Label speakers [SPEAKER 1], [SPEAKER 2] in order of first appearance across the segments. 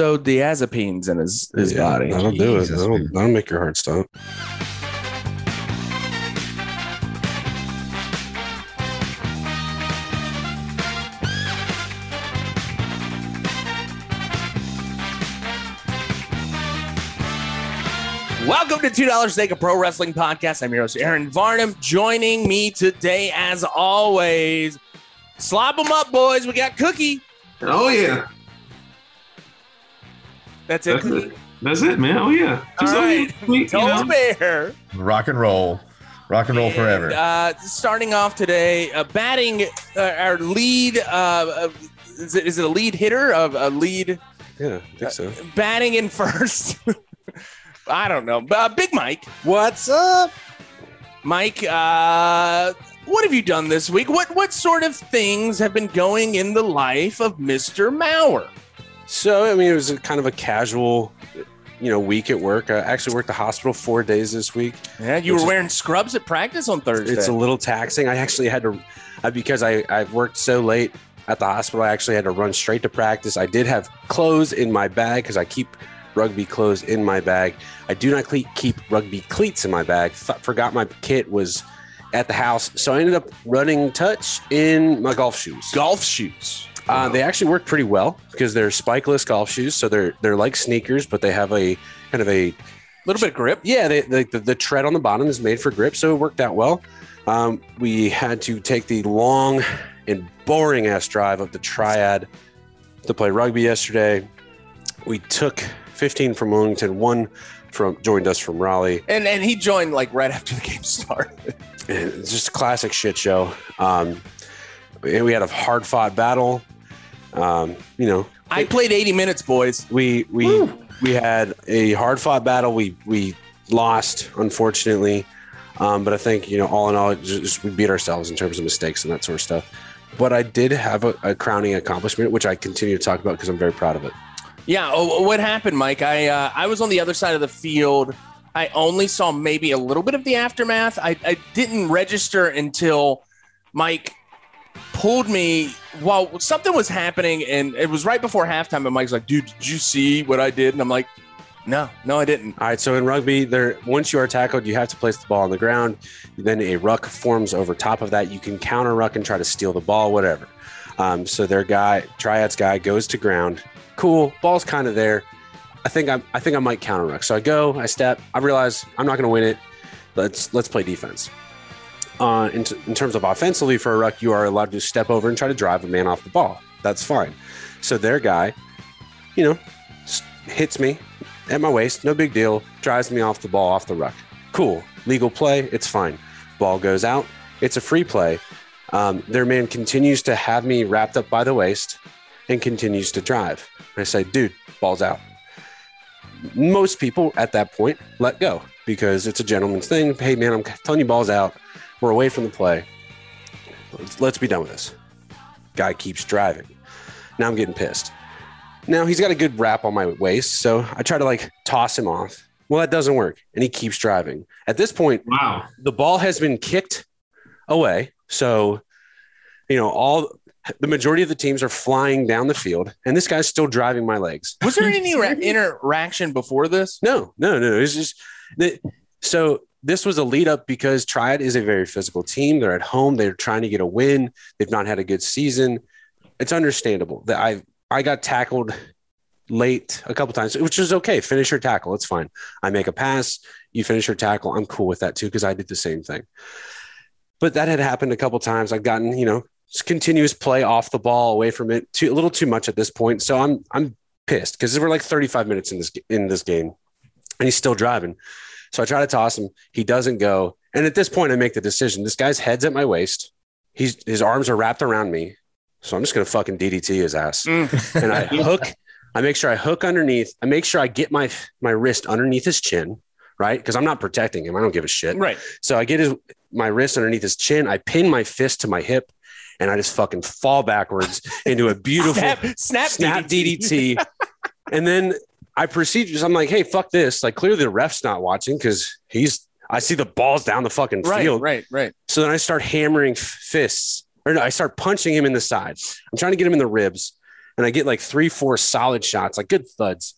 [SPEAKER 1] benzodiazepines in his his
[SPEAKER 2] Yeah,
[SPEAKER 1] body.
[SPEAKER 2] That'll do it.
[SPEAKER 3] Jesus,
[SPEAKER 2] That'll,
[SPEAKER 3] dude.
[SPEAKER 2] that'll make your heart stop.
[SPEAKER 1] Welcome to Two Dollars Take a Pro Wrestling Podcast. I'm your host Aaron Varnum. Joining me today, as always, slop them up, boys. We got Cookie.
[SPEAKER 4] Oh yeah,
[SPEAKER 1] That's it.
[SPEAKER 4] that's
[SPEAKER 1] Cookie.
[SPEAKER 4] it. That's it, man. Oh yeah. Just
[SPEAKER 1] All
[SPEAKER 4] a
[SPEAKER 1] right.
[SPEAKER 4] little tweet, you
[SPEAKER 1] Toes
[SPEAKER 4] know?
[SPEAKER 1] Bear.
[SPEAKER 3] Rock and roll. Rock and roll forever.
[SPEAKER 1] And, uh, starting off today, uh, batting uh, our lead. Uh, uh, is, it, is it a lead hitter? Of a lead
[SPEAKER 2] Yeah, I think so.
[SPEAKER 1] batting in first. I don't know. Uh, Big Mike,
[SPEAKER 5] What's up?
[SPEAKER 1] Mike, uh, what have you done this week? What what sort of things have been going in the life of Mister Mauer?
[SPEAKER 2] So, I mean, it was a kind of a casual, you know, week at work. I actually worked the hospital four days this week.
[SPEAKER 1] Yeah, you
[SPEAKER 2] Which
[SPEAKER 1] were
[SPEAKER 2] is-
[SPEAKER 1] wearing scrubs at practice on Thursday.
[SPEAKER 2] It's a little taxing. I actually had to, I, because I, I worked so late at the hospital, I actually had to run straight to practice. I did have clothes in my bag because I keep rugby clothes in my bag. I do not cle- keep rugby cleats in my bag. F- forgot my kit was at the house. So I ended up running touch in my golf shoes.
[SPEAKER 1] golf shoes.
[SPEAKER 2] Uh, they actually work pretty well because they're spikeless golf shoes. So they're, they're like sneakers, but they have a kind of a
[SPEAKER 1] A little bit of grip.
[SPEAKER 2] yeah, they, they, the, the tread on the bottom is made for grip, so it worked out well. Um, we had to take the long and boring ass drive up the triad to play rugby yesterday. We took 15 from Wilmington, one from joined us from Raleigh.
[SPEAKER 1] And and he joined like right after the game started.
[SPEAKER 2] And It's just a classic shit show. Um, and we had a hard fought battle. Um, you know,
[SPEAKER 1] I played 80 minutes, boys.
[SPEAKER 2] we we we had a hard fought battle. We we lost, unfortunately. Um, but I think you know, all in all, it just, just we beat ourselves in terms of mistakes and that sort of stuff. But I did have a, a crowning accomplishment, which I continue to talk about because I'm very proud of it.
[SPEAKER 1] Yeah. Oh, what happened, Mike? I uh, I was on the other side of the field. I only saw maybe a little bit of the aftermath. I, I didn't register until Mike pulled me while something was happening, and it was right before halftime. And Mike's like, "Dude, did you see what I did?" And I'm like, "No, no, I didn't."
[SPEAKER 2] All right, so in rugby, there once you are tackled, you have to place the ball on the ground. Then a ruck forms over top of that. You can counter ruck and try to steal the ball, whatever. Um, so their guy, triads guy, goes to ground. Cool, ball's kind of there. I think I'm, I think I might counter ruck. So I go, I step, I realize I'm not going to win it. Let's let's play defense. Uh, in, t- in terms of offensively for a ruck, you are allowed to step over and try to drive a man off the ball. That's fine. So their guy, you know, s- hits me, at my waist, no big deal, drives me off the ball, off the ruck. Cool. Legal play, it's fine. Ball goes out, it's a free play. Um, their man continues to have me wrapped up by the waist and continues to drive. I say, dude, ball's out. Most people at that point let go because it's a gentleman's thing. Hey, man, I'm telling you, ball's out. We're away from the play. Let's, let's be done with this. Guy keeps driving. Now I'm getting pissed. Now he's got a good wrap on my waist, so I try to like toss him off. Well, that doesn't work, and he keeps driving. At this point,
[SPEAKER 4] Wow.
[SPEAKER 2] the ball has been kicked away, so you know all the majority of the teams are flying down the field, and this guy's still driving my legs.
[SPEAKER 1] Was there any ra- interaction before this?
[SPEAKER 2] No, no, no. It's just that. So this was a lead up because Triad is a very physical team. They're at home. They're trying to get a win. They've not had a good season. It's understandable that I I got tackled late a couple times, which is okay. Finish your tackle. It's fine. I make a pass. You finish your tackle. I'm cool with that too because I did the same thing. But that had happened a couple times. I've gotten you know just continuous play off the ball away from it too, a little too much at this point. So I'm I'm pissed because we're like 35 minutes in this in this game and he's still driving. So I try to toss him. He doesn't go. And at this point, I make the decision. This guy's head's at my waist. He's his arms are wrapped around me. So I'm just gonna fucking DDT his ass. And I hook. I make sure I hook underneath. I make sure I get my my wrist underneath his chin, right? Because I'm not protecting him. I don't give a shit.
[SPEAKER 1] Right.
[SPEAKER 2] So I get his my wrist underneath his chin. I pin my fist to my hip, and I just fucking fall backwards into a beautiful
[SPEAKER 1] Snap, snap,
[SPEAKER 2] snap
[SPEAKER 1] DDT.
[SPEAKER 2] DDT. and then I proceed just I'm like, hey, fuck this. Like clearly the ref's not watching because he's I see the balls down the fucking
[SPEAKER 1] Right,
[SPEAKER 2] field.
[SPEAKER 1] right, right.
[SPEAKER 2] So then I start hammering f- fists. Or no, I start punching him in the side. I'm trying to get him in the ribs. and I get like three, four solid shots, like good thuds.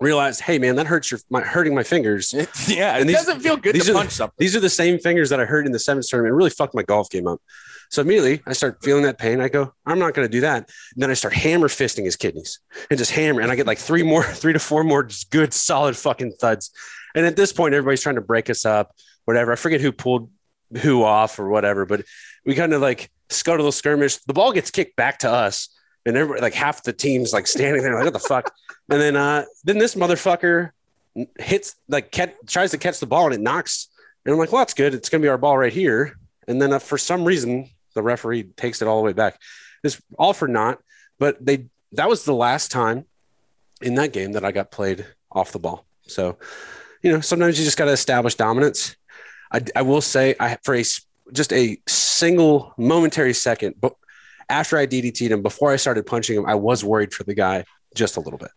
[SPEAKER 2] Realize, hey man, that hurts your my hurting my fingers.
[SPEAKER 1] yeah, it
[SPEAKER 2] And these-
[SPEAKER 1] doesn't feel good
[SPEAKER 2] these
[SPEAKER 1] to
[SPEAKER 2] are the-
[SPEAKER 1] punch something.
[SPEAKER 2] These are the same fingers that I hurt in the sevens tournament. It really fucked my golf game up. So immediately I start feeling that pain. I go, I'm not going to do that. And then I start hammer fisting his kidneys and just hammer. And I get like three more, three to four more just good, solid fucking thuds. And at this point, everybody's trying to break us up, whatever. I forget who pulled who off or whatever, but we kind of like scuttle the skirmish. The ball gets kicked back to us. And everybody, like half the team's like standing there, like, what the fuck? And then, uh, then this motherfucker hits, like, cat, tries to catch the ball and it knocks and I'm like, well, that's good. It's going to be our ball right here. And then uh, for some reason, the referee takes it all the way back. It's all for naught. But they that was the last time in that game that I got played off the ball. So, you know, sometimes you just got to establish dominance. I, I will say, I for a s- just a single momentary second, but after I DDT'd him, before I started punching him, I was worried for the guy just a little bit.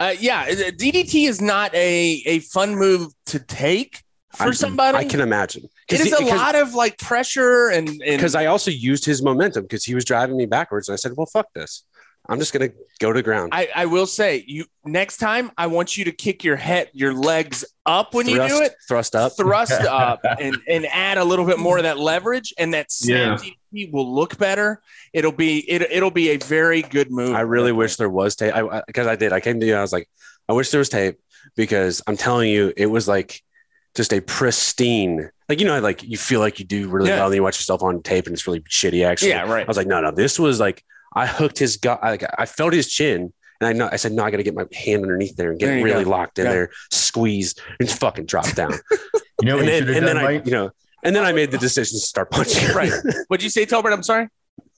[SPEAKER 1] Uh, yeah, DDT is not a a fun move to take for
[SPEAKER 2] I-
[SPEAKER 1] somebody.
[SPEAKER 2] I can imagine.
[SPEAKER 1] it
[SPEAKER 2] 'Cause
[SPEAKER 1] is
[SPEAKER 2] he-
[SPEAKER 1] a
[SPEAKER 2] because-
[SPEAKER 1] lot of like pressure and and
[SPEAKER 2] because I also used his momentum because he was driving me backwards, and I said, "Well, fuck this. I'm just gonna go to ground."
[SPEAKER 1] I, I will say you next time I want you to kick your head your legs up when
[SPEAKER 2] thrust,
[SPEAKER 1] you do it
[SPEAKER 2] thrust up.
[SPEAKER 1] thrust up and, and add a little bit more of that leverage and that
[SPEAKER 4] Yeah.
[SPEAKER 1] snap DDT will look better it'll be it, it'll be a very good move
[SPEAKER 2] I really wish there was tape. I because I, did. I came to you. And I was like, I wish there was tape because I'm telling you, it was like just a pristine. Like you know, like you feel like you do really
[SPEAKER 1] Yeah.
[SPEAKER 2] well, and you watch yourself on tape, and it's really shitty. Actually,
[SPEAKER 1] yeah right
[SPEAKER 2] I was like, no, no, this was like I hooked his gut. I, like, I felt his chin, and I know I said, no, I got to get my hand underneath there and get
[SPEAKER 1] There you
[SPEAKER 2] really
[SPEAKER 1] go.
[SPEAKER 2] locked in
[SPEAKER 1] Yeah.
[SPEAKER 2] there, squeeze, and fucking drop down.
[SPEAKER 3] You know
[SPEAKER 2] and
[SPEAKER 3] what you
[SPEAKER 2] then,
[SPEAKER 3] should have
[SPEAKER 2] and then
[SPEAKER 3] done,
[SPEAKER 2] I,
[SPEAKER 3] Mike?
[SPEAKER 2] you know, and then I made the decision to start punching.
[SPEAKER 1] right what'd you say Tolbert I'm sorry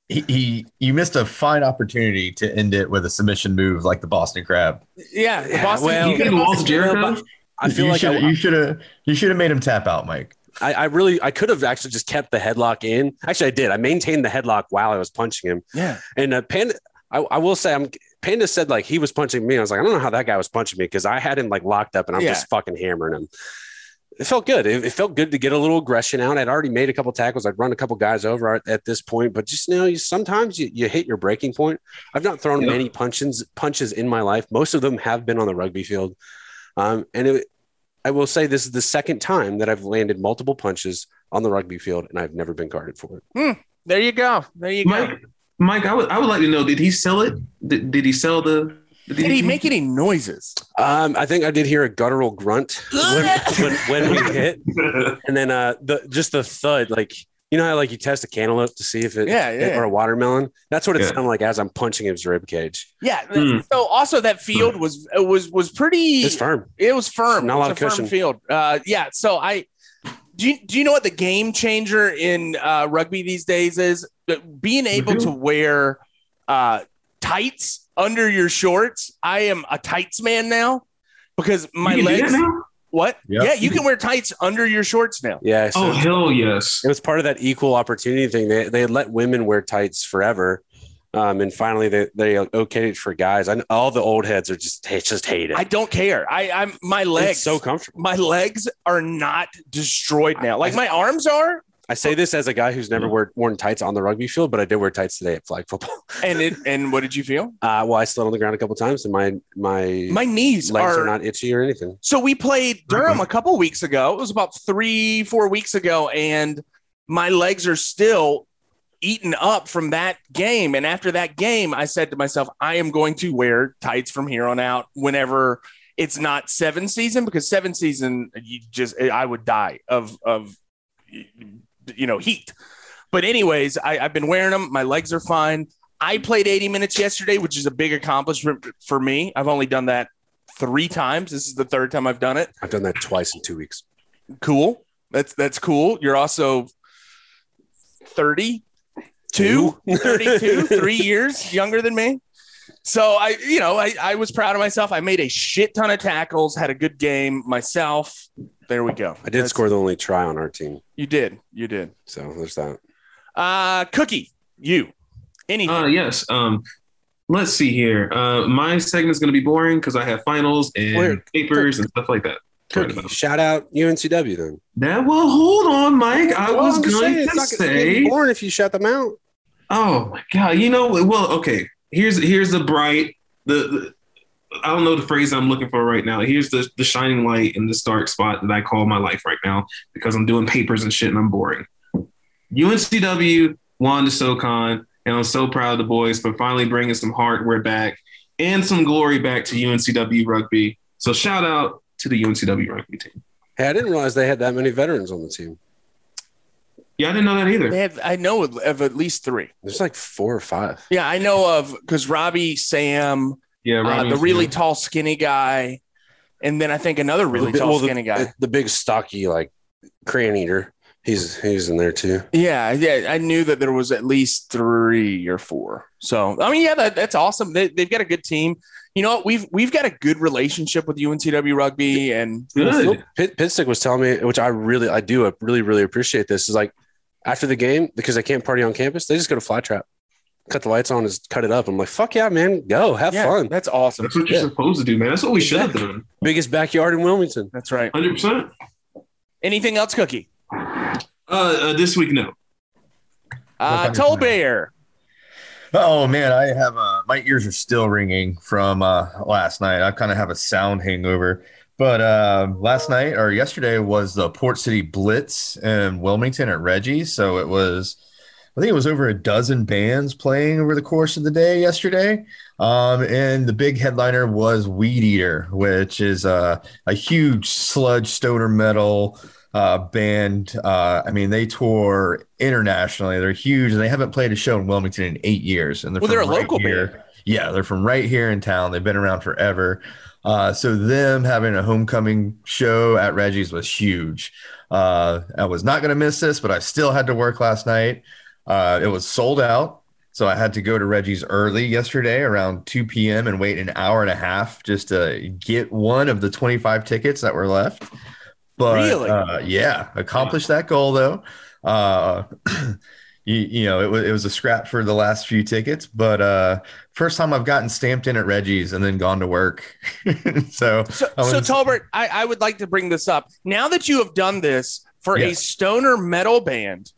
[SPEAKER 3] he, he you missed a fine opportunity to end it with a submission move like the Boston Crab.
[SPEAKER 1] yeah, the
[SPEAKER 2] Yeah,
[SPEAKER 1] Boston,
[SPEAKER 2] well-
[SPEAKER 1] you
[SPEAKER 4] You
[SPEAKER 1] got
[SPEAKER 4] could
[SPEAKER 1] a
[SPEAKER 4] have
[SPEAKER 1] Boston-
[SPEAKER 4] lost Jericho.
[SPEAKER 2] but I feel
[SPEAKER 3] you
[SPEAKER 2] like
[SPEAKER 3] should
[SPEAKER 2] I,
[SPEAKER 3] you should have you should have made him tap out, Mike.
[SPEAKER 2] I, I really, I could have actually just kept the headlock in. Actually, I did. I maintained the headlock while I was punching him.
[SPEAKER 1] yeah
[SPEAKER 2] And uh, Panda, I, I will say, I'm Panda said like he was punching me. I was like, I don't know how that guy was punching me because I had him like locked up and I'm
[SPEAKER 1] Yeah.
[SPEAKER 2] just fucking hammering him. It felt good. It, it felt good to get a little aggression out. I'd already made a couple tackles. I'd run a couple guys over at, at this point, but just you know, you, sometimes you, you hit your breaking point. I've not thrown
[SPEAKER 4] Yeah.
[SPEAKER 2] many punches punches in my life. Most of them have been on the rugby field, um, and it, I will say this is the second time that I've landed multiple punches on the rugby field, and I've never been guarded for it.
[SPEAKER 1] there you go there you go
[SPEAKER 4] Mike, Mike, I would, I would like to know, did he sell it? Did, did he sell the? the
[SPEAKER 1] did he
[SPEAKER 4] DDT?
[SPEAKER 1] make any noises
[SPEAKER 2] Um, I think I did hear a guttural grunt when, when, when we hit, and then uh, the just the thud, like you know how like you test a cantaloupe to see if it
[SPEAKER 1] Yeah, yeah.
[SPEAKER 2] or a watermelon. That's what it
[SPEAKER 4] Yeah.
[SPEAKER 2] sounded like as I'm punching his rib cage.
[SPEAKER 1] yeah
[SPEAKER 4] Hmm.
[SPEAKER 1] so also that field was was was pretty
[SPEAKER 2] It's firm.
[SPEAKER 1] It was firm.
[SPEAKER 2] Not
[SPEAKER 1] it
[SPEAKER 2] a
[SPEAKER 1] was
[SPEAKER 2] lot
[SPEAKER 1] a
[SPEAKER 2] of
[SPEAKER 1] firm
[SPEAKER 2] cushion.
[SPEAKER 1] field. Uh, yeah. So I do. You, do you know what the game changer in uh, rugby these days is? That Being able
[SPEAKER 4] Mhm.
[SPEAKER 1] to wear uh, tights under your shorts. I am a tights man now because my
[SPEAKER 4] You can do that
[SPEAKER 1] legs.
[SPEAKER 4] now?
[SPEAKER 1] What?
[SPEAKER 3] Yeah.
[SPEAKER 1] Yeah, you can wear tights under your shorts now.
[SPEAKER 2] Yeah. So
[SPEAKER 4] Oh hell yes!
[SPEAKER 2] it was part of that equal opportunity thing. They they had let women wear tights forever. Um, and finally, they, they okayed it for guys. I know all the old heads are just they just hate it.
[SPEAKER 1] I don't care. I, I'm my legs.
[SPEAKER 2] It's so comfortable.
[SPEAKER 1] my legs are not destroyed now. Like my arms are,
[SPEAKER 2] I say this as a guy who's
[SPEAKER 1] Mm-hmm.
[SPEAKER 2] never wear, worn tights on the rugby field, but I did wear tights today at flag football.
[SPEAKER 1] and it. And what did you feel?
[SPEAKER 2] Uh, well, I slid on the ground a couple times, and my my,
[SPEAKER 1] My knees
[SPEAKER 2] legs are,
[SPEAKER 1] are
[SPEAKER 2] not itchy or anything.
[SPEAKER 1] So we played Durham a couple weeks ago. It was about three, four weeks ago, and my legs are still eaten up from that game. And after that game, I said to myself, I am going to wear tights from here on out whenever it's not seven season because seven season you just I would die of of you know heat. But anyways, I, I've been wearing them. My legs are fine. I played 80 minutes yesterday, which is a big accomplishment for me. I've only done that three times. This is the third time I've done it.
[SPEAKER 2] I've done that twice in two weeks.
[SPEAKER 1] Cool. That's that's cool. You're also 32, 32, three years younger than me. So I, you know, I, I was proud of myself. I made a shit ton of tackles, had a good game myself. There we go.
[SPEAKER 2] I did
[SPEAKER 1] That's-
[SPEAKER 2] score the only try on our team,
[SPEAKER 1] You did. You did.
[SPEAKER 2] so there's that.
[SPEAKER 1] Uh Cookie, you. Anything.
[SPEAKER 4] Uh, yes. Um, let's see here. Uh, my segment's gonna be boring because I have finals and
[SPEAKER 2] Where-
[SPEAKER 4] papers and stuff like that. Right
[SPEAKER 2] Cookie,
[SPEAKER 4] about.
[SPEAKER 2] shout out UNCW then.
[SPEAKER 4] That well, hold on, Mike. I
[SPEAKER 2] Well,
[SPEAKER 4] was
[SPEAKER 2] I'm just
[SPEAKER 4] going
[SPEAKER 2] saying, it's
[SPEAKER 4] to
[SPEAKER 2] not gonna be
[SPEAKER 4] say.
[SPEAKER 2] boring if you shut them out.
[SPEAKER 4] Oh my god! You know, well, okay. here's here's the bright the, the I don't know the phrase I'm looking for right now. Here's the the shining light in this dark spot that I call my life right now because I'm doing papers and shit and I'm boring. UNCW won the SoCon, and I'm so proud of the boys for finally bringing some hardware back and some glory back to UNCW rugby. So shout out to the UNCW rugby team.
[SPEAKER 2] Hey, I didn't realize they had that many veterans on the team.
[SPEAKER 4] Yeah, I didn't know that either.
[SPEAKER 1] They had, I know of of at least three.
[SPEAKER 2] There's like four or five.
[SPEAKER 1] Yeah, I know of because Robbie, Sam,
[SPEAKER 4] yeah,
[SPEAKER 1] uh,
[SPEAKER 4] Robbie
[SPEAKER 1] the
[SPEAKER 4] was
[SPEAKER 1] really
[SPEAKER 4] good.
[SPEAKER 1] tall, skinny guy, and then I think another really
[SPEAKER 2] Well,
[SPEAKER 1] tall,
[SPEAKER 2] the-
[SPEAKER 1] skinny guy.
[SPEAKER 2] The, the big stocky like crayon eater. He's he's in there too.
[SPEAKER 1] Yeah, yeah, I knew that there was at least three or four. So I mean, yeah, that, that's awesome. They, they've got a good team. You know what? We've we've got a good relationship with UNCW rugby, and
[SPEAKER 2] Well,
[SPEAKER 4] good.
[SPEAKER 2] Phil Pit, Pitstick was telling me, which I really, I do, I really, really appreciate this. Is like after the game because they can't party on campus, they just go to Flytrap, cut the lights on, is cut it up. I'm like, fuck yeah, man, go have
[SPEAKER 1] yeah,
[SPEAKER 2] fun.
[SPEAKER 1] that's awesome.
[SPEAKER 4] That's what you're
[SPEAKER 2] Yeah.
[SPEAKER 4] supposed to do, man. That's what we should have
[SPEAKER 2] Exactly.
[SPEAKER 4] done.
[SPEAKER 2] Biggest backyard in Wilmington.
[SPEAKER 1] That's right.
[SPEAKER 4] Hundred percent.
[SPEAKER 1] Anything else, Cookie?
[SPEAKER 4] Uh, uh, this week, no.
[SPEAKER 1] Uh,
[SPEAKER 3] 100%.
[SPEAKER 1] Toll Bear.
[SPEAKER 3] Oh man, I have uh, my ears are still ringing from uh, last night. I kind of have a sound hangover. But uh, last night or yesterday was the Port City Blitz in Wilmington at Reggie's. So it was, I think it was over a dozen bands playing over the course of the day yesterday. Um, and the big headliner was Weed Eater, which is uh, a huge sludge stoner metal uh, band. Uh, I mean, they tour internationally. They're huge, and they haven't played a show in Wilmington in eight years. And they're
[SPEAKER 1] Well, they're
[SPEAKER 3] from
[SPEAKER 1] a
[SPEAKER 3] right
[SPEAKER 1] local
[SPEAKER 3] here.
[SPEAKER 1] band.
[SPEAKER 3] Yeah, they're from right here in town. They've been around forever. Uh, so them having a homecoming show at Reggie's was huge. Uh, I was not going to miss this, but I still had to work last night. Uh, it was sold out. So I had to go to Reggie's early yesterday around 2 p.m. and wait an hour and a half just to get one of the 25 tickets that were left. But
[SPEAKER 1] Really?
[SPEAKER 3] uh, yeah, accomplished that goal though. Uh, you, you know, it was it was a scrap for the last few tickets, but uh, first time I've gotten stamped in at Reggie's and then gone to work. so
[SPEAKER 1] So,
[SPEAKER 3] I
[SPEAKER 1] so
[SPEAKER 3] was-
[SPEAKER 1] Tolbert, I, I would like to bring this up. Now that you have done this for a
[SPEAKER 3] Yes.
[SPEAKER 1] stoner metal band,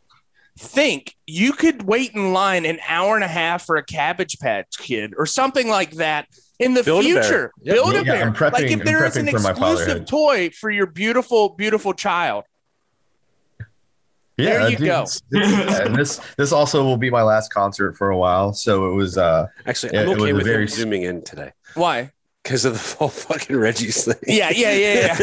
[SPEAKER 1] think you could wait in line an hour and a half for a Cabbage Patch Kid or something like that in the
[SPEAKER 2] Build-A-Bear.
[SPEAKER 1] future.
[SPEAKER 2] Yeah.
[SPEAKER 1] Build a
[SPEAKER 3] Yeah,
[SPEAKER 1] bear.
[SPEAKER 3] I'm prepping-
[SPEAKER 1] like if
[SPEAKER 3] I'm
[SPEAKER 1] there is
[SPEAKER 3] prepping
[SPEAKER 1] an
[SPEAKER 3] for my
[SPEAKER 1] exclusive
[SPEAKER 3] fatherhood.
[SPEAKER 1] toy for your beautiful, beautiful child.
[SPEAKER 3] Yeah,
[SPEAKER 1] There you go.
[SPEAKER 3] it's- it's- and this this also will be my last concert for a while. So it was uh
[SPEAKER 2] Actually,
[SPEAKER 3] Yeah,
[SPEAKER 2] I'm
[SPEAKER 3] it was
[SPEAKER 2] okay
[SPEAKER 3] a
[SPEAKER 2] with
[SPEAKER 3] very
[SPEAKER 2] him
[SPEAKER 3] s-
[SPEAKER 2] zooming in today
[SPEAKER 1] Why?
[SPEAKER 2] because of the whole fucking Reggie's thing.
[SPEAKER 1] Yeah, yeah, yeah,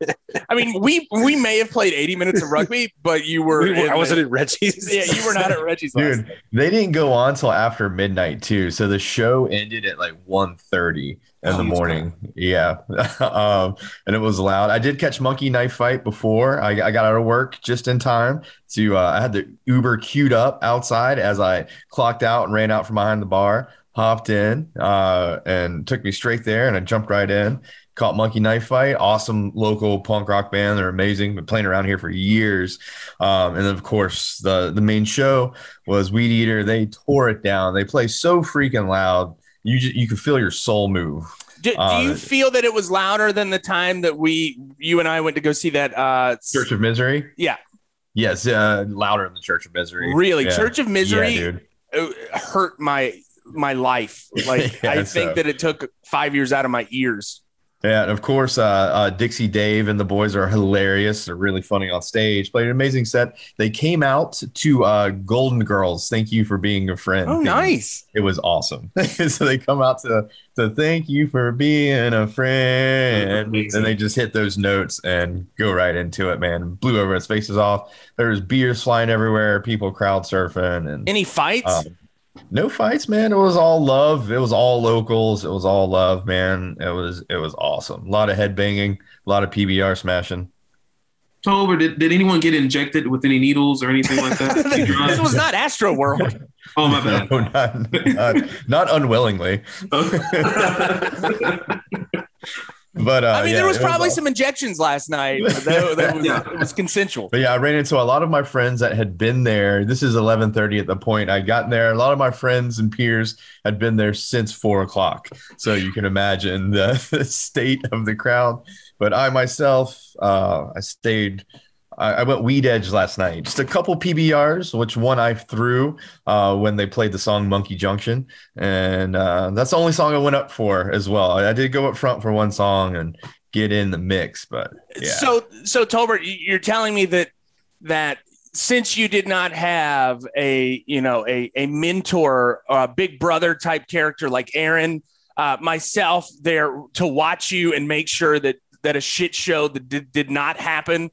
[SPEAKER 1] yeah. I mean, we we may have played 80 minutes of rugby, but you were,
[SPEAKER 2] We were-
[SPEAKER 1] in
[SPEAKER 2] I wasn't
[SPEAKER 1] the-
[SPEAKER 2] at Reggie's.
[SPEAKER 1] yeah, you were not at Reggie's last.
[SPEAKER 3] dude, they didn't go on till after midnight too. So the show ended at like 1.30 in
[SPEAKER 4] Oh,
[SPEAKER 3] the morning. Yeah. um and it was loud. I did catch Monkey Knife Fight before. I, I got out of work just in time to uh, I had the Uber queued up outside as I clocked out and ran out from behind the bar, hopped in, uh, and took me straight there and I jumped right in. Caught Monkey Knife Fight, awesome local punk rock band. They're amazing. Been playing around here for years, um, and then of course the the main show was Weed Eater. They tore it down. They play so freaking loud. You just, you could feel your soul move.
[SPEAKER 1] Do, do you
[SPEAKER 3] Uh,
[SPEAKER 1] feel that it was louder than the time that we, you and I went to go see that? Uh, s-
[SPEAKER 3] Church of Misery.
[SPEAKER 1] Yeah.
[SPEAKER 3] Yes, uh, louder than the Church of Misery.
[SPEAKER 1] really,
[SPEAKER 3] Yeah.
[SPEAKER 1] Church of
[SPEAKER 3] Yeah,
[SPEAKER 1] Misery
[SPEAKER 3] dude.
[SPEAKER 1] uh hurt my my life. Like
[SPEAKER 3] Yeah,
[SPEAKER 1] I
[SPEAKER 3] so-
[SPEAKER 1] think that it took five years out of my ears.
[SPEAKER 3] Yeah, and of course, uh, uh, Dixie Dave and the boys are hilarious. They're really funny on stage. Played an amazing set. They came out to uh, Golden Girls. Thank you for being a friend.
[SPEAKER 1] Oh, nice.
[SPEAKER 3] It was awesome. so they come out to to thank you for being a friend,
[SPEAKER 4] Amazing.
[SPEAKER 3] and they just hit those notes and go right into it. Man, blew everyone's faces off. There was beers flying everywhere. People crowd surfing and
[SPEAKER 1] Any fights?
[SPEAKER 3] um, no fights, man. It was all love. It was all locals. It was all love, man. It was it was awesome. A lot of headbanging, a lot of PBR smashing.
[SPEAKER 4] Tober, did, did anyone get injected with any needles or anything like that? Did you-
[SPEAKER 1] this was not Astro World.
[SPEAKER 4] oh my
[SPEAKER 3] No,
[SPEAKER 4] bad.
[SPEAKER 3] not, not, not unwillingly. But uh,
[SPEAKER 1] I mean,
[SPEAKER 3] yeah,
[SPEAKER 1] there was
[SPEAKER 3] it
[SPEAKER 1] probably
[SPEAKER 3] aw-
[SPEAKER 1] some injections last night. But that, that was,
[SPEAKER 4] Yeah.
[SPEAKER 1] it was consensual.
[SPEAKER 3] But yeah, I ran into a lot of my friends that had been there. This is eleven thirty at the point I'd gotten there. A lot of my friends and peers had been there since four o'clock, so you can imagine the, the state of the crowd. But I myself, uh, I stayed I, I went weed edge last night. Just a couple PBRs, which one I threw uh, when they played the song Monkey Junction, and uh, that's the only song I went up for as well. I, I did go up front for one song and get in the mix, but yeah.
[SPEAKER 1] So, so Tolbert, you- you're telling me that that since you did not have a you know a a mentor, a big brother type character like Aaron, uh, myself there to watch you and make sure that that a shit show that did, did not happen.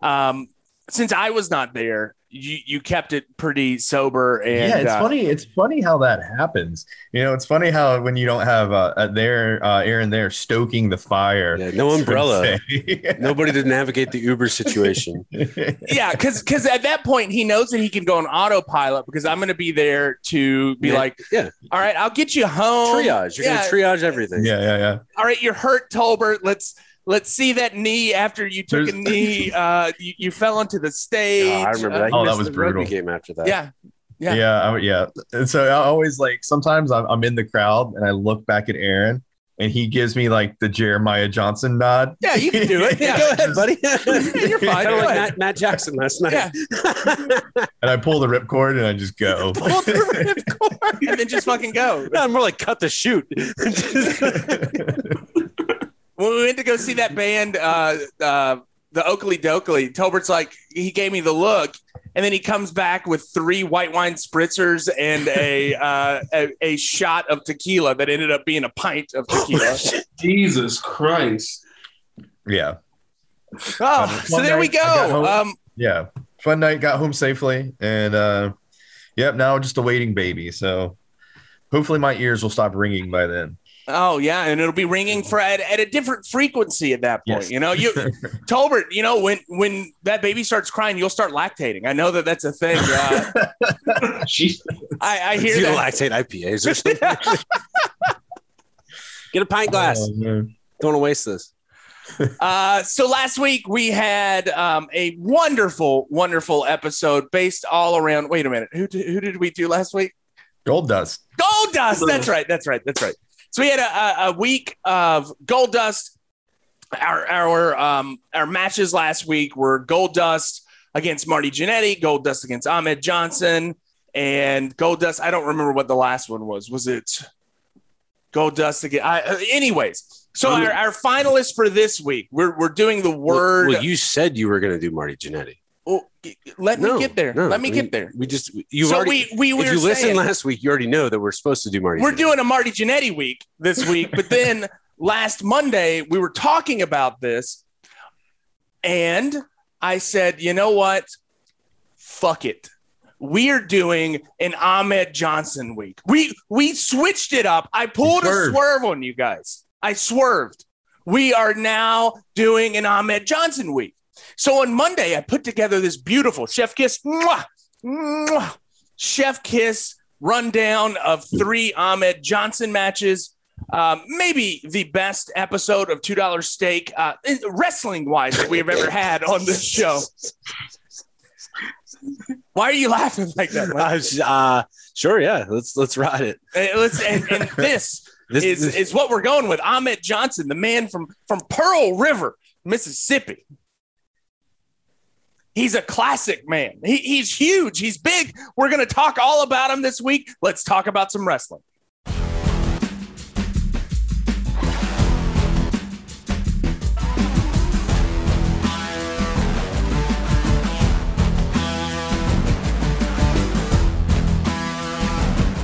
[SPEAKER 1] Um, since I was not there, you you kept it pretty sober and
[SPEAKER 3] yeah, it's
[SPEAKER 1] uh,
[SPEAKER 3] funny. It's funny how that happens. You know, it's funny how when you don't have uh, uh, there uh, Aaron there stoking the fire.
[SPEAKER 2] Yeah, no umbrella.
[SPEAKER 3] Yeah.
[SPEAKER 2] Nobody to navigate the Uber situation.
[SPEAKER 1] yeah, because because at that point he knows that he can go on autopilot because I'm going to be there to be
[SPEAKER 2] Yeah,
[SPEAKER 1] like,
[SPEAKER 2] yeah.
[SPEAKER 1] all right, I'll get you home.
[SPEAKER 2] triage. You're
[SPEAKER 1] Oh, yeah.
[SPEAKER 2] gonna triage everything.
[SPEAKER 3] yeah, yeah.
[SPEAKER 1] All right, you're hurt, Tolbert. Let's let's see that knee after you took a
[SPEAKER 3] There's-
[SPEAKER 1] knee. Uh, you, you fell onto the stage.
[SPEAKER 2] Oh, I remember that.
[SPEAKER 1] Uh,
[SPEAKER 2] He
[SPEAKER 3] Oh, that
[SPEAKER 2] missed
[SPEAKER 3] was
[SPEAKER 2] the rugby
[SPEAKER 3] brutal.
[SPEAKER 2] Game after that.
[SPEAKER 1] yeah, Yeah.
[SPEAKER 3] Yeah, yeah, I, yeah. And so I always like sometimes I'm, I'm in the crowd and I look back at Aaron and he gives me like the Jeremiah Johnson nod.
[SPEAKER 1] yeah, you can do it. Yeah,
[SPEAKER 2] Go ahead, buddy.
[SPEAKER 1] Yeah, you're fine.
[SPEAKER 2] Kind
[SPEAKER 1] Go
[SPEAKER 2] of like
[SPEAKER 1] ahead.
[SPEAKER 2] Matt, Matt Jackson last night.
[SPEAKER 1] Yeah.
[SPEAKER 3] And I pull the ripcord and I just go.
[SPEAKER 1] Pull the ripcord and then just fucking go.
[SPEAKER 2] No, more like cut the shoot.
[SPEAKER 1] when we went to go see that band, uh, uh, the Oakley Dokley, Tolbert's like, he gave me the look. And then he comes back with three white wine spritzers and a, uh, a, a shot of tequila that ended up being a pint of tequila.
[SPEAKER 4] Jesus Christ.
[SPEAKER 3] yeah,
[SPEAKER 1] oh, so there we go. Um,
[SPEAKER 3] yeah. Fun night. Got home safely and uh, yep. Now just a waiting baby. So hopefully my ears will stop ringing by then.
[SPEAKER 1] oh, yeah. And it'll be ringing for at, at a different frequency at that point.
[SPEAKER 3] Yes.
[SPEAKER 1] You know, you Tolbert, you know, when when that baby starts crying, you'll start lactating. I know that that's a thing. Uh,
[SPEAKER 4] She,
[SPEAKER 1] I, I hear
[SPEAKER 2] you
[SPEAKER 1] that.
[SPEAKER 2] lactate IPAs or something. Get a pint glass.
[SPEAKER 3] Oh, man.
[SPEAKER 2] Don't want to waste this.
[SPEAKER 1] Uh, so last week we had um, a wonderful, wonderful episode based all around. Wait a minute, who d- who did we do last week?
[SPEAKER 3] Gold dust.
[SPEAKER 1] Gold Dust. That's right. That's right. That's right. So we had a, a, a week of Gold Dust. Our our um, our matches last week were Gold Dust against Marty Jannetty, Gold Dust against Ahmed Johnson, and Gold Dust. I don't remember what the last one was. Was it Gold Dust again? I, uh, anyways, so our, our finalists for this week, we're we're doing the word.
[SPEAKER 2] Oh, Well, you said you were going to do Marty Jannetty.
[SPEAKER 1] Oh, g- let me
[SPEAKER 2] No,
[SPEAKER 1] get there.
[SPEAKER 2] no,
[SPEAKER 1] let me
[SPEAKER 2] we-
[SPEAKER 1] get there.
[SPEAKER 2] We just you
[SPEAKER 1] so
[SPEAKER 2] already.
[SPEAKER 1] we we were
[SPEAKER 2] if you listened
[SPEAKER 1] saying-
[SPEAKER 2] last week, you already know that we're supposed to do Marty.
[SPEAKER 1] we're
[SPEAKER 2] Jannetty.
[SPEAKER 1] doing a Marty Jannetty week this week, but then last Monday we were talking about this, and I said, you know what? Fuck it. We're doing an Ahmed Johnson week. We we switched it up. I pulled a
[SPEAKER 3] swerved.
[SPEAKER 1] swerve on you guys. I swerved. We are now doing an Ahmed Johnson week. So on Monday, I put together this beautiful chef kiss, mwah, mwah, chef kiss rundown of three Ahmed Johnson matches. Um, maybe the best episode of Two Dollar Steak, uh, wrestling wise, that we have ever had on this show. Why are you laughing like that? Mike?
[SPEAKER 2] I was- uh, sure, yeah. Let's let's ride it.
[SPEAKER 1] Uh, let's and, and this
[SPEAKER 2] This
[SPEAKER 1] is
[SPEAKER 2] this-
[SPEAKER 1] is what we're going with. Ahmed Johnson, the man from from Pearl River, Mississippi. He's a classic man. He, he's huge. He's big. We're going to talk all about him this week. Let's talk about some wrestling.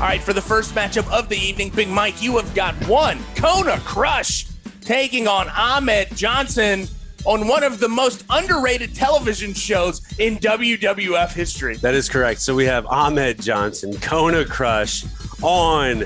[SPEAKER 1] All right, for the first matchup of the evening, Big Mike, you have got one Kona Crush taking on Ahmed Johnson on one of the most underrated television shows in WWF history.
[SPEAKER 2] that is correct. So we have Ahmed Johnson, Kona Crush, on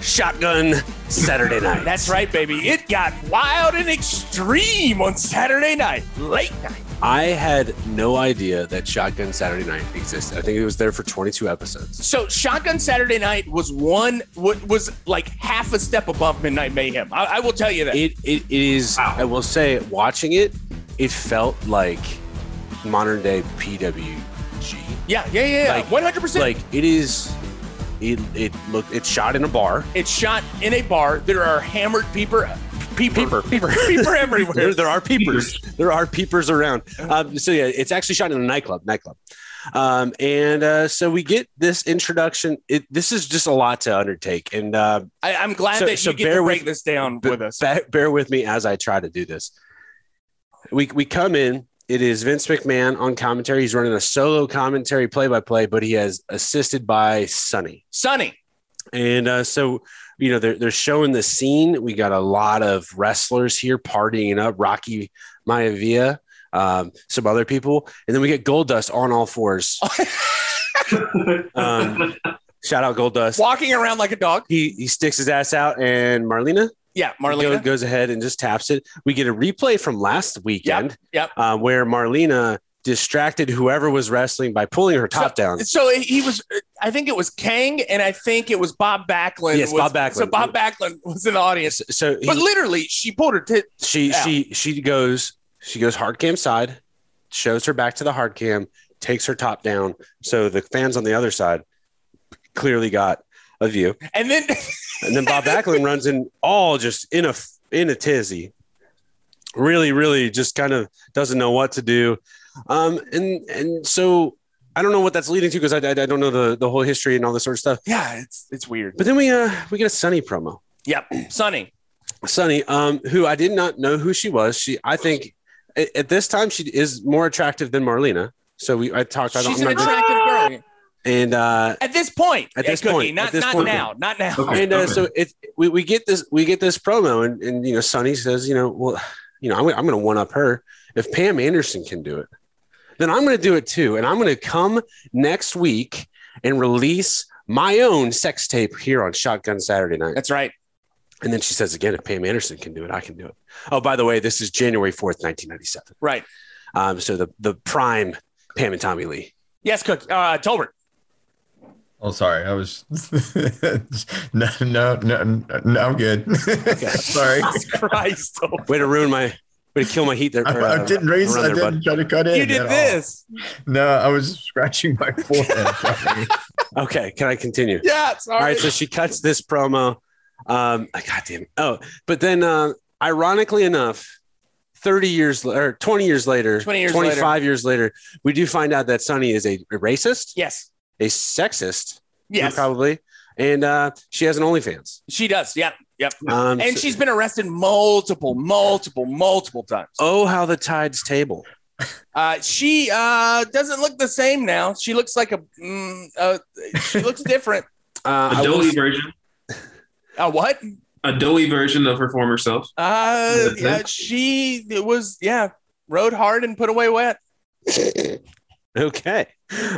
[SPEAKER 2] Shotgun Saturday night.
[SPEAKER 1] That's right, baby. It got wild and extreme on Saturday night, late night.
[SPEAKER 2] I had no idea that Shotgun Saturday night existed. I think it was there for 22 episodes.
[SPEAKER 1] So, Shotgun Saturday Night was one wa- was like half a step above Midnight Mayhem. I, I will tell you that.
[SPEAKER 2] It it, it is.
[SPEAKER 4] Wow.
[SPEAKER 2] I will say, watching it, it felt like modern day PWG.
[SPEAKER 1] yeah, yeah, yeah, yeah.
[SPEAKER 2] Like-
[SPEAKER 1] One hundred percent.
[SPEAKER 2] Like it is. It it looked. It's shot in a bar.
[SPEAKER 1] It's shot in a bar. There are hammered people, peeper,
[SPEAKER 2] peeper.
[SPEAKER 1] peeper everywhere.
[SPEAKER 2] There, there are peepers. There are peepers around. Um, so yeah, it's actually shot in a nightclub. Nightclub. Um, and uh, so we get this introduction. It, this is just a lot to undertake, and uh,
[SPEAKER 1] I, I'm glad
[SPEAKER 2] So-
[SPEAKER 1] that
[SPEAKER 2] so
[SPEAKER 1] you get
[SPEAKER 2] bear
[SPEAKER 1] to
[SPEAKER 2] with-
[SPEAKER 1] break this down
[SPEAKER 2] b-
[SPEAKER 1] with us.
[SPEAKER 2] ba- bear with me as I try to do this. We we come in. It is Vince McMahon on commentary. He's running a solo commentary play by play, but he has assisted by Sonny.
[SPEAKER 1] Sonny,
[SPEAKER 2] And uh, so, you know, they're, they're showing the scene. We got a lot of wrestlers here partying up. Rocky Maivia, um, some other people, and then we get Goldust on all fours.
[SPEAKER 1] Oh.
[SPEAKER 2] Um, Shout out Goldust.
[SPEAKER 1] walking around like a dog.
[SPEAKER 2] He he sticks his ass out, and Marlena,
[SPEAKER 1] Yeah,
[SPEAKER 2] go-
[SPEAKER 1] Marlena.
[SPEAKER 2] goes ahead and just taps it. We get a replay from last weekend,
[SPEAKER 1] yep.
[SPEAKER 2] uh, where Marlena distracted whoever was wrestling by pulling her top down.
[SPEAKER 1] So he was, I think it was Kang, and I think it was Bob Backlund.
[SPEAKER 2] Yes,
[SPEAKER 1] was-
[SPEAKER 2] Bob Backlund.
[SPEAKER 1] So Bob Backlund was in the audience,
[SPEAKER 2] So he,
[SPEAKER 1] but literally, she pulled her tit.
[SPEAKER 2] she
[SPEAKER 1] Yeah.
[SPEAKER 2] she she goes she goes hard cam side shows her back to the hard cam takes her top down so the fans on the other side clearly got a view
[SPEAKER 1] And then
[SPEAKER 2] and then bob backlund runs in all just in a in a tizzy really really just kind of doesn't know what to do um and and so i don't know what that's leading to because I, I, I don't know the the whole history and all this sort of stuff
[SPEAKER 1] yeah, it's it's weird.
[SPEAKER 2] but then we uh we get a sunny promo
[SPEAKER 1] Yep, Sonny.
[SPEAKER 2] Sunny, um, who I did not know who she was. She, I think, a- at this time, she is more attractive than Marlena. So we, I talked. I don't
[SPEAKER 1] She's an
[SPEAKER 2] remember.
[SPEAKER 1] attractive girl
[SPEAKER 2] and uh,
[SPEAKER 1] at this point.
[SPEAKER 2] At
[SPEAKER 1] yeah,
[SPEAKER 2] this
[SPEAKER 1] Cookie,
[SPEAKER 2] point,
[SPEAKER 1] not
[SPEAKER 2] at this
[SPEAKER 1] not
[SPEAKER 2] point.
[SPEAKER 1] now, not now.
[SPEAKER 4] Okay.
[SPEAKER 2] and uh, so it, we, we get this we get this promo, and, and you know, Sunny says, you know, well, you know, I'm, gonna- I'm going to one up her. If Pam Anderson can do it, then I'm going to do it too, and I'm going to come next week and release my own sex tape here on Shotgun Saturday Night.
[SPEAKER 1] That's right.
[SPEAKER 2] And then she says again, if Pam Anderson can do it, I can do it. Oh, by the way, this is January 4th, 1997.
[SPEAKER 1] Right.
[SPEAKER 2] Um, so the the prime Pam and Tommy Lee.
[SPEAKER 1] Yes, Cookie. Uh, Tolbert.
[SPEAKER 3] Oh, sorry. I was no, no, no, no. I'm good. sorry, I,
[SPEAKER 1] Jesus Christ. Tolbert.
[SPEAKER 2] Way to ruin my way to kill my heat there. or,
[SPEAKER 3] I
[SPEAKER 2] uh,
[SPEAKER 3] didn't raise.
[SPEAKER 2] run
[SPEAKER 3] I
[SPEAKER 2] there,
[SPEAKER 3] didn't try to cut in.
[SPEAKER 1] You did
[SPEAKER 3] at all.
[SPEAKER 1] this.
[SPEAKER 3] No, I was scratching my forehead. Sorry.
[SPEAKER 2] bud. Okay, can I continue?
[SPEAKER 1] Yeah, sorry.
[SPEAKER 2] All right, so she cuts this promo. Um, God damn. it. Oh, but then uh, ironically enough, 30 years la- or 20 years later,
[SPEAKER 1] 20 years
[SPEAKER 2] 25 years later, we do find out that Sonny is a racist,
[SPEAKER 1] yes.
[SPEAKER 2] a sexist,
[SPEAKER 1] Yes.
[SPEAKER 2] probably, and uh, she has an OnlyFans.
[SPEAKER 1] She does. Yep. Yep.
[SPEAKER 2] Um,
[SPEAKER 1] And
[SPEAKER 2] so-
[SPEAKER 1] she's been arrested multiple, multiple, multiple times.
[SPEAKER 2] Oh, how the tides table.
[SPEAKER 1] Uh, she uh, doesn't look the same now. She looks like a. Mm, uh, she looks different.
[SPEAKER 2] Uh, I
[SPEAKER 4] a doughy
[SPEAKER 2] will-
[SPEAKER 4] version,
[SPEAKER 1] Uh, what?
[SPEAKER 4] a doughy version of her former self.
[SPEAKER 1] Uh,
[SPEAKER 4] Yeah.
[SPEAKER 1] yeah, she it was yeah. Rode hard and put away wet.
[SPEAKER 2] okay.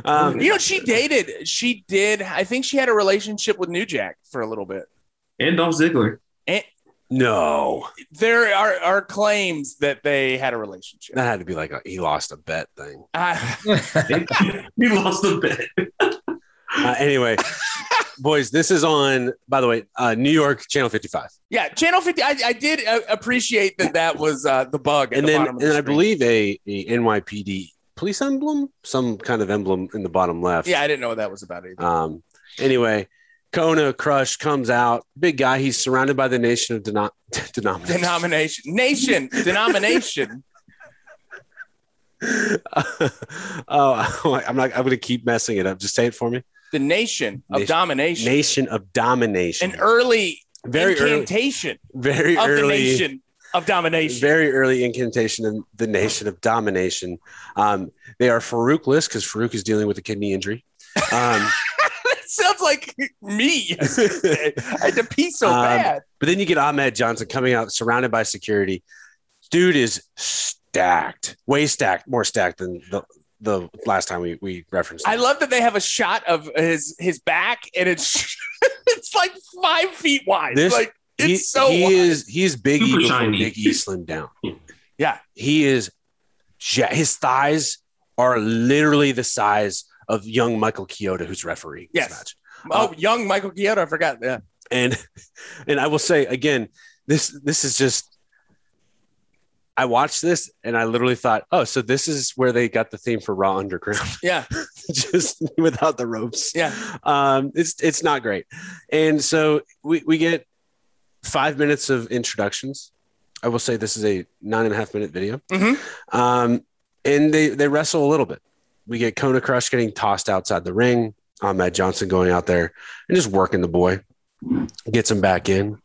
[SPEAKER 2] Um,
[SPEAKER 1] You know, she dated. She did. I think she had a relationship with New Jack for a little bit.
[SPEAKER 4] and Dolph Ziggler.
[SPEAKER 2] no,
[SPEAKER 1] There are, are claims that they had a relationship.
[SPEAKER 2] that had to be like a, he lost a bet thing.
[SPEAKER 1] Uh,
[SPEAKER 4] he lost the bet.
[SPEAKER 2] Uh, anyway, boys, this is on, by the way, uh, New York Channel 55.
[SPEAKER 1] yeah, Channel 50. I, I did uh, appreciate that that was uh, the bug. At
[SPEAKER 2] And
[SPEAKER 1] the
[SPEAKER 2] then,
[SPEAKER 1] bottom
[SPEAKER 2] and
[SPEAKER 1] of the
[SPEAKER 2] I
[SPEAKER 1] screen.
[SPEAKER 2] believe a, a NYPD police emblem, some kind of emblem in the bottom left.
[SPEAKER 1] Yeah, I didn't know what that was about either.
[SPEAKER 2] Um, anyway, Kona Crush comes out. Big guy. He's surrounded by the nation of deno- denomination.
[SPEAKER 1] Denomination, nation, denomination.
[SPEAKER 2] oh, I'm not. I'm going to keep messing it up. Just say it for me.
[SPEAKER 1] the nation of
[SPEAKER 2] Nation-
[SPEAKER 1] domination,
[SPEAKER 2] Nation of Domination.
[SPEAKER 1] an early
[SPEAKER 2] very early,
[SPEAKER 1] incantation
[SPEAKER 2] very
[SPEAKER 1] of the
[SPEAKER 2] early,
[SPEAKER 1] nation of domination.
[SPEAKER 2] very early incantation of the Nation of Domination. Um, they are Farouk-less because Farouk is dealing with a kidney injury. Um,
[SPEAKER 1] That sounds like me. I had to pee so
[SPEAKER 2] Um,
[SPEAKER 1] bad.
[SPEAKER 2] but then you get Ahmed Johnson coming out, surrounded by security. Dude is stacked, way stacked, more stacked than the the last time we we referenced.
[SPEAKER 1] I
[SPEAKER 2] him.
[SPEAKER 1] love that they have a shot of his his back, and it's it's like five feet wide.
[SPEAKER 2] This-
[SPEAKER 1] like it's
[SPEAKER 2] he,
[SPEAKER 1] so
[SPEAKER 2] he
[SPEAKER 1] wide.
[SPEAKER 2] is he is Big
[SPEAKER 4] Super
[SPEAKER 2] E before
[SPEAKER 4] shiny.
[SPEAKER 2] Big E slimmed down.
[SPEAKER 1] Yeah.
[SPEAKER 2] he is. ja- His thighs are literally the size of young Michael Chioda, who's refereeing
[SPEAKER 1] Yes.
[SPEAKER 2] this match.
[SPEAKER 1] oh, young Michael Giotto. I forgot that.
[SPEAKER 2] And and I will say again, this this is just. I watched this and I literally thought, oh, so this is where they got the theme for Raw Underground,
[SPEAKER 1] Yeah,
[SPEAKER 2] just without the ropes.
[SPEAKER 1] yeah.
[SPEAKER 2] Um, it's it's not great, and so we we get five minutes of introductions. I will say this is a nine and a half minute video.
[SPEAKER 1] Mhm.
[SPEAKER 2] Um, and they, they wrestle a little bit. We get Kona Crush getting tossed outside the ring. Ahmed Johnson going out there and just working the boy, gets him back in.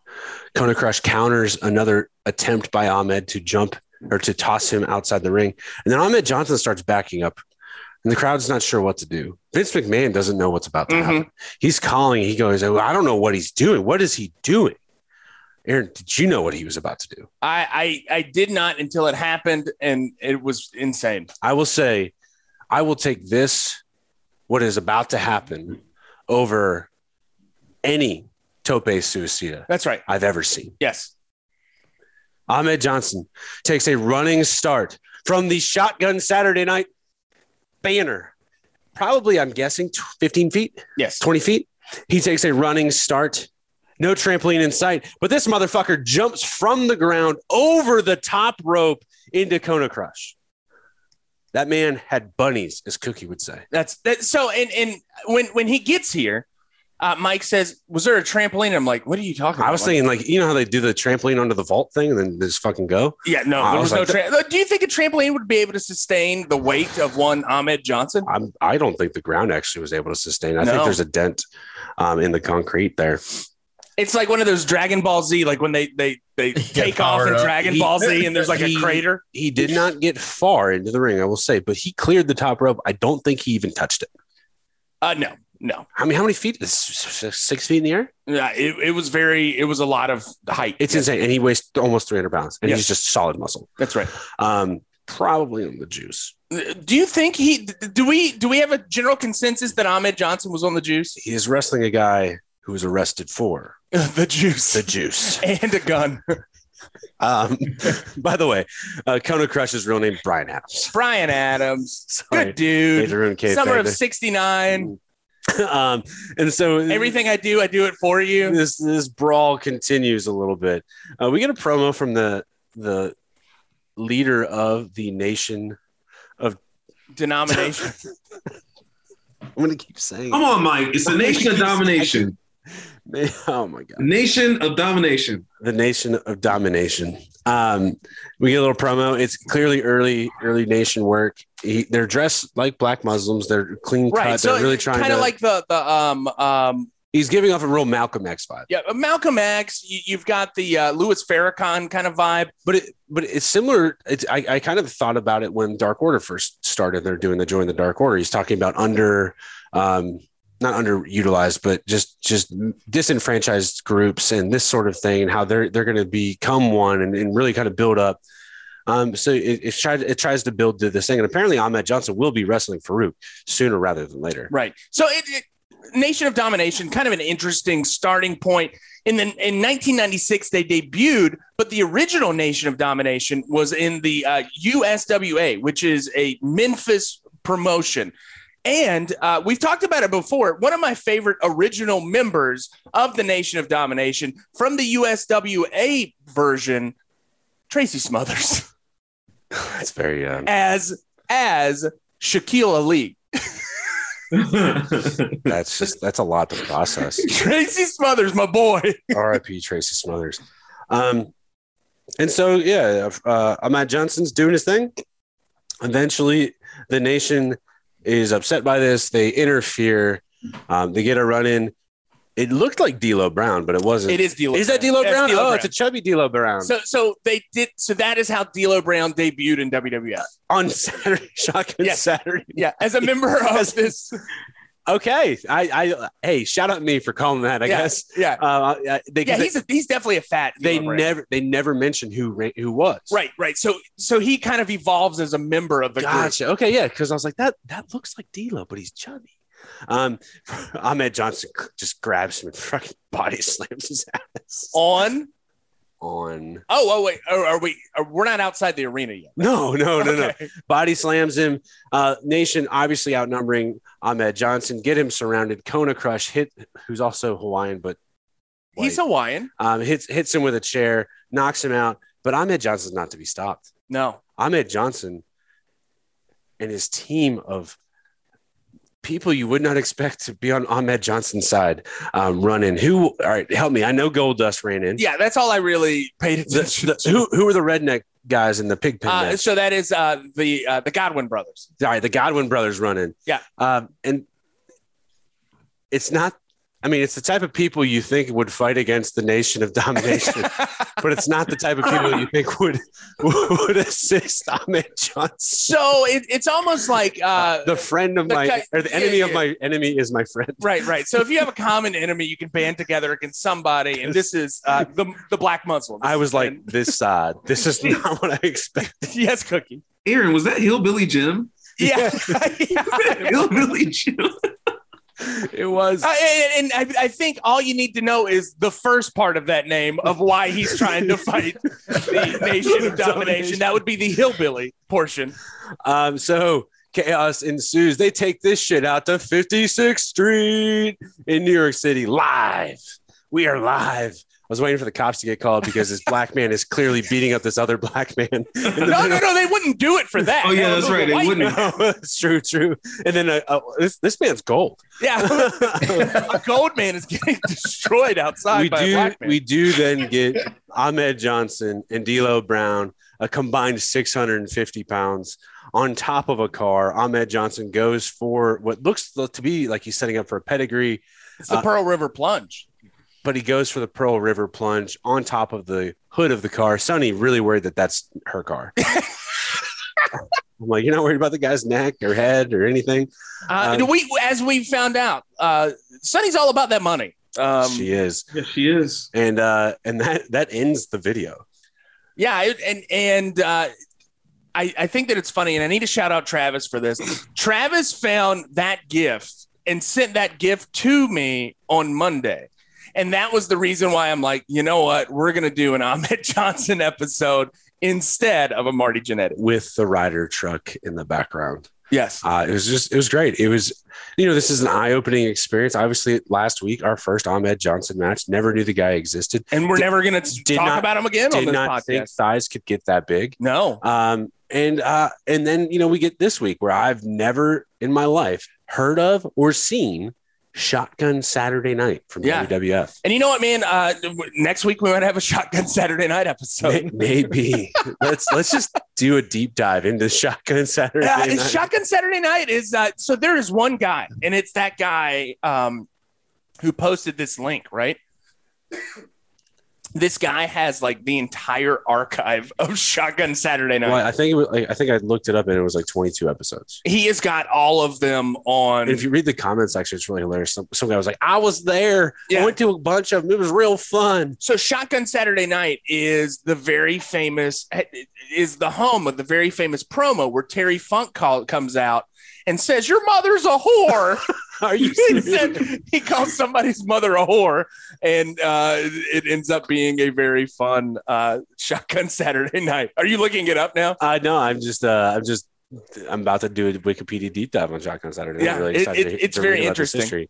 [SPEAKER 2] Kona Crush counters another attempt by Ahmed to jump or to toss him outside the ring. And then Ahmed Johnson starts backing up, and the crowd's not sure what to do. Vince McMahon doesn't know what's about to
[SPEAKER 1] Mhm.
[SPEAKER 2] happen. He's calling. He goes, "Oh, I don't know what he's doing. What is he doing? Aaron, did you know what he was about to do?
[SPEAKER 1] I, I I did not until it happened, and it was insane.
[SPEAKER 2] I will say, I will take this, what is about to happen, over any tope suicida
[SPEAKER 1] That's right.
[SPEAKER 2] I've ever seen.
[SPEAKER 1] Yes.
[SPEAKER 2] Ahmed Johnson takes a running start from the shotgun Saturday night banner. Probably, I'm guessing, tw- 15 feet,
[SPEAKER 1] Yes.
[SPEAKER 2] 20 feet. He takes a running start. No trampoline in sight, but this motherfucker jumps from the ground over the top rope into Kona Crush. That man had bunnies, as Cookie would say.
[SPEAKER 1] That's that. So and and when when he gets here, uh, Mike says, "Was there a trampoline?" I'm like, "What are you talking?" about?
[SPEAKER 2] I was
[SPEAKER 1] Mike?"
[SPEAKER 2] thinking, like, you know how they do the trampoline under the vault thing and then just fucking go?
[SPEAKER 1] Yeah, no,
[SPEAKER 2] I
[SPEAKER 1] there
[SPEAKER 2] was
[SPEAKER 1] was,
[SPEAKER 2] like,
[SPEAKER 1] no. Tra- Do you think a trampoline would be able to sustain the weight of one Ahmed Johnson?
[SPEAKER 2] I'm, I don't think the ground actually was able to sustain. I think
[SPEAKER 1] No.
[SPEAKER 2] there's a dent um, in the concrete there.
[SPEAKER 1] It's like one of those Dragon Ball Z, like when they they they
[SPEAKER 3] Yeah,
[SPEAKER 1] take off
[SPEAKER 3] powered
[SPEAKER 1] in
[SPEAKER 3] up.
[SPEAKER 1] Dragon Ball Z,
[SPEAKER 2] He-
[SPEAKER 1] and there's like a
[SPEAKER 2] he-
[SPEAKER 1] crater.
[SPEAKER 2] He did not get far into the ring, I will say, but he cleared the top rope. I don't think he even touched it.
[SPEAKER 1] Uh, no, no,
[SPEAKER 2] I mean, how many feet? S- s- s- Six feet in the air?
[SPEAKER 1] yeah, it, it was very, it was a lot of height.
[SPEAKER 2] It's insane. And he weighs almost 300 pounds and he's
[SPEAKER 1] Yes.
[SPEAKER 2] just solid muscle.
[SPEAKER 1] that's right.
[SPEAKER 2] Um, probably on the juice.
[SPEAKER 1] Do you think he? Do we? Do we have a general consensus that Ahmed Johnson was on the juice?
[SPEAKER 2] He is wrestling a guy who was arrested for
[SPEAKER 1] the
[SPEAKER 2] the
[SPEAKER 1] juice
[SPEAKER 2] juice.
[SPEAKER 1] and a gun.
[SPEAKER 2] Um, by the way, uh, Kona Crush's real name, Brian Adams.
[SPEAKER 1] Brian Adams,
[SPEAKER 2] Sorry.
[SPEAKER 1] good dude.
[SPEAKER 2] Made to ruin K-Fed
[SPEAKER 1] Summer of
[SPEAKER 2] there.
[SPEAKER 1] '69.
[SPEAKER 2] um, and so
[SPEAKER 1] Everything I do, I do it for you.
[SPEAKER 2] this this brawl continues a little bit. Uh, we get a promo from the the leader of the nation.
[SPEAKER 1] denomination.
[SPEAKER 2] I'm gonna keep saying.
[SPEAKER 1] Oh
[SPEAKER 4] Come on, Mike. It's the nation of domination.
[SPEAKER 2] it. Oh my god,
[SPEAKER 4] Nation of domination.
[SPEAKER 2] the nation of domination. Um, we get a little promo. It's clearly early early nation work. He, they're dressed like black Muslims. They're clean cut.
[SPEAKER 1] right. So
[SPEAKER 2] they're really trying
[SPEAKER 1] kind
[SPEAKER 2] to.
[SPEAKER 1] of like the the um um
[SPEAKER 2] he's giving off a real Malcolm X vibe.
[SPEAKER 1] yeah Malcolm X. You, you've got the uh, Louis Farrakhan kind of vibe.
[SPEAKER 2] But it, but it's similar. It's, I, I kind of thought about it when Dark Order first started. They're doing the join the Dark Order. He's talking about under, um, not underutilized, but just just disenfranchised groups and this sort of thing, and how they're they're going to become one and, and really kind of build up. Um, so it, it tries it tries to build to this thing, and apparently Ahmed Johnson will be wrestling Farouk sooner rather than later.
[SPEAKER 1] Right. So it, it Nation of Domination, kind of an interesting starting point. In the in 1996 they debuted, but the original Nation of Domination was in the uh, USWA, which is a Memphis promotion. And uh, we've talked about it before. One of my favorite original members of the Nation of Domination from the USWA version, Tracy Smothers,
[SPEAKER 2] That's very um,
[SPEAKER 1] as as Shaquille Ali.
[SPEAKER 2] that's just that's a lot to process.
[SPEAKER 1] Tracy Smothers, my boy.
[SPEAKER 2] R.I.P. Tracy Smothers. Um, and so yeah, uh, Ahmad Johnson's doing his thing. Eventually, the nation is upset by this. They interfere. Um, they get a run in. It looked like D'Lo Brown, but it wasn't.
[SPEAKER 1] It is D'Lo.
[SPEAKER 2] is that D'Lo Brown? oh, it's a chubby D'Lo Brown
[SPEAKER 1] so so they did. So that is how D'Lo Brown debuted in WWF.
[SPEAKER 2] on Saturday Shotgun
[SPEAKER 1] Yes.
[SPEAKER 2] Saturday.
[SPEAKER 1] Yeah, as a member of this.
[SPEAKER 2] Okay, I, I hey, shout out me for calling that. I
[SPEAKER 1] Yeah.
[SPEAKER 2] guess
[SPEAKER 1] Yeah,
[SPEAKER 2] uh, I- they,
[SPEAKER 1] yeah. He's a, he's definitely a fat.
[SPEAKER 2] they
[SPEAKER 1] D'Lo Brown.
[SPEAKER 2] never they never mentioned who ra- who was
[SPEAKER 1] Right, right. So so he kind of evolves as a member of the group.
[SPEAKER 2] Gotcha. Okay, yeah, because I was like, that that looks like D'Lo, but he's chubby. Um, Ahmed Johnson c- just grabs him and fucking body slams his ass
[SPEAKER 1] Oh. On.
[SPEAKER 2] on.
[SPEAKER 1] Oh, oh wait. Are, are we? Are, we're not outside the arena yet.
[SPEAKER 2] No, no, no, no.
[SPEAKER 1] Okay.
[SPEAKER 2] Body slams him. Uh, Nation obviously outnumbering Ahmed Johnson. Get him surrounded. Kona Crush hit, who's also Hawaiian, but white,
[SPEAKER 1] He's Hawaiian.
[SPEAKER 2] um, hits hits him with a chair, knocks him out. But Ahmed Johnson's not to be stopped.
[SPEAKER 1] No.
[SPEAKER 2] Ahmed Johnson and his team of people you would not expect to be on Ahmed Johnson's side um, run in. Who? All right, help me. I know Gold Dust ran in.
[SPEAKER 1] Yeah, that's all I really paid
[SPEAKER 2] The-
[SPEAKER 1] attention
[SPEAKER 2] the-
[SPEAKER 1] to.
[SPEAKER 2] who who are the redneck guys in the pigpen?
[SPEAKER 1] Uh,
[SPEAKER 2] match?
[SPEAKER 1] so that is uh, the uh, the Godwin brothers.
[SPEAKER 2] all right, the Godwin brothers run in.
[SPEAKER 1] Yeah.
[SPEAKER 2] um, and it's not. I mean, it's the type of people you think would fight against the nation of domination, but it's not the type of people you think would would assist Ahmed Johnson.
[SPEAKER 1] So it, it's almost like uh,
[SPEAKER 2] the friend of
[SPEAKER 1] the
[SPEAKER 2] my
[SPEAKER 1] guy-
[SPEAKER 2] or the
[SPEAKER 1] yeah,
[SPEAKER 2] enemy
[SPEAKER 1] yeah.
[SPEAKER 2] of my enemy is my friend.
[SPEAKER 1] right, right. So if you have a common enemy, you can band together against somebody, and this is uh, the the black Muslim.
[SPEAKER 2] I was like, this side. This is not what I expected.
[SPEAKER 1] yes, Cookie.
[SPEAKER 4] Aaron, was that Hillbilly Jim?
[SPEAKER 1] Yeah,
[SPEAKER 4] Was that
[SPEAKER 1] Yeah.
[SPEAKER 4] Hillbilly Jim?
[SPEAKER 2] It was.
[SPEAKER 1] Uh, and and I, I think all you need to know is the first part of that name of why he's trying to fight the nation of domination. That would be the hillbilly portion.
[SPEAKER 2] Um, so chaos ensues. They take this shit out to 56th Street in New York City live. We are live. I was waiting for the cops to get called because this black man is clearly beating up this other black man. in the
[SPEAKER 1] No,
[SPEAKER 2] middle-
[SPEAKER 1] no, no. They wouldn't do it for that.
[SPEAKER 4] Oh,
[SPEAKER 1] That
[SPEAKER 4] yeah, that's
[SPEAKER 1] was a
[SPEAKER 4] right, they
[SPEAKER 1] white
[SPEAKER 4] wouldn't.
[SPEAKER 1] man.
[SPEAKER 2] it's true, true. And then uh, uh, this this man's gold.
[SPEAKER 1] Yeah, a gold man is getting destroyed outside
[SPEAKER 2] we
[SPEAKER 1] by a
[SPEAKER 2] do
[SPEAKER 1] black man.
[SPEAKER 2] we do then get Ahmed Johnson and D'Lo Brown a combined 650 pounds on top of a car. Ahmed Johnson goes for what looks to be like he's setting up for a pedigree,
[SPEAKER 1] it's the
[SPEAKER 2] uh,
[SPEAKER 1] Pearl River plunge.
[SPEAKER 2] but he goes for the Pearl River plunge on top of the hood of the car. Sonny really worried that that's her car. I'm like, you're not worried about the guy's neck or head or anything.
[SPEAKER 1] Uh,
[SPEAKER 2] Um,
[SPEAKER 1] we, as we found out, uh, Sonny's all about that money. Um,
[SPEAKER 2] she is,
[SPEAKER 4] Yeah, she is.
[SPEAKER 2] and uh, and that that ends the video.
[SPEAKER 1] Yeah, it- and and uh, I I think that it's funny, and I need to shout out Travis for this. Travis found that gift and sent that gift to me on Monday. And that was the reason why I'm like, you know what? We're going to do an Ahmed Johnson episode instead of a Marty Jannetty.
[SPEAKER 2] with the rider truck in the background.
[SPEAKER 1] Yes.
[SPEAKER 2] Uh, it was just, it was great. It was, you know, this is an eye opening experience. Obviously, last week, our first Ahmed Johnson match, never knew the guy existed.
[SPEAKER 1] And we're
[SPEAKER 2] Did-
[SPEAKER 1] never going to
[SPEAKER 2] did
[SPEAKER 1] talk
[SPEAKER 2] not-
[SPEAKER 1] about him again on
[SPEAKER 2] Did
[SPEAKER 1] this
[SPEAKER 2] not
[SPEAKER 1] podcast.
[SPEAKER 2] think thighs could get that big.
[SPEAKER 1] no.
[SPEAKER 2] Um, and, uh, and then, you know, we get this week where I've never in my life heard of or seen Shotgun Saturday night from
[SPEAKER 1] Yeah.
[SPEAKER 2] WWF.
[SPEAKER 1] And you know what, man? Uh, w- next week we might have a Shotgun Saturday Night episode.
[SPEAKER 2] May- Maybe let's, let's just do a deep dive into Shotgun Saturday
[SPEAKER 1] Uh,
[SPEAKER 2] night.
[SPEAKER 1] Shotgun Saturday Night is uh, so there is one guy, and it's that guy um, who posted this link, right? This guy has like the entire archive of Shotgun Saturday Night.
[SPEAKER 2] well, I think it was, like, I think I looked it up and it was like 22 episodes.
[SPEAKER 1] He has got all of them on.
[SPEAKER 2] And if you read the comment section, it's really hilarious. Some, some guy was like, I was there.
[SPEAKER 1] Yeah.
[SPEAKER 2] I went to a bunch of them. It was real fun.
[SPEAKER 1] so Shotgun Saturday Night is the very famous is the home of the very famous promo where Terry Funk call, comes out and says, "Your mother's a whore."
[SPEAKER 2] Are you
[SPEAKER 1] he
[SPEAKER 2] serious?
[SPEAKER 1] said he calls somebody's mother a whore, and uh, it ends up being a very fun uh, shotgun Saturday night. Are you looking it up now?
[SPEAKER 2] uh, no, I'm just, uh, I'm just, I'm about to do a Wikipedia deep dive on Shotgun Saturday.
[SPEAKER 1] Yeah,
[SPEAKER 2] I'm really
[SPEAKER 1] it-
[SPEAKER 2] excited
[SPEAKER 1] it-
[SPEAKER 2] to-
[SPEAKER 1] it's
[SPEAKER 2] to read
[SPEAKER 1] very
[SPEAKER 2] about this
[SPEAKER 1] interesting.
[SPEAKER 2] history.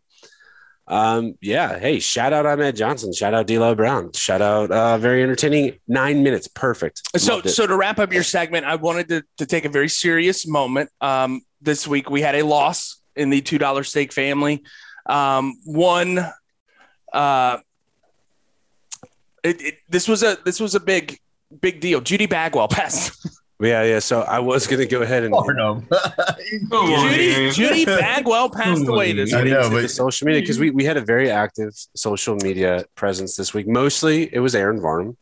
[SPEAKER 2] Um, yeah. Hey, shout out Ahmed Johnson. Shout out D'Lo Brown. Shout out, uh, very entertaining. Nine minutes. Perfect.
[SPEAKER 1] So,
[SPEAKER 2] Loved it.
[SPEAKER 1] so to wrap up your segment, I wanted to, to take a very serious moment. Um, this week we had a loss in the two dollar steak family. Um, one, uh, it, it, this was a this was a big big deal. Judy Bagwell passed.
[SPEAKER 2] yeah, yeah. So I was going to go ahead
[SPEAKER 1] Oh.
[SPEAKER 2] and
[SPEAKER 3] Arnhem.
[SPEAKER 4] Come on,
[SPEAKER 1] Judy,
[SPEAKER 4] Aaron.
[SPEAKER 1] Judy Bagwell passed away this
[SPEAKER 3] I
[SPEAKER 1] week.
[SPEAKER 3] know,
[SPEAKER 2] to the
[SPEAKER 3] but
[SPEAKER 2] social media because we, we had a very active social media presence this week. Mostly it was Aaron Varnum.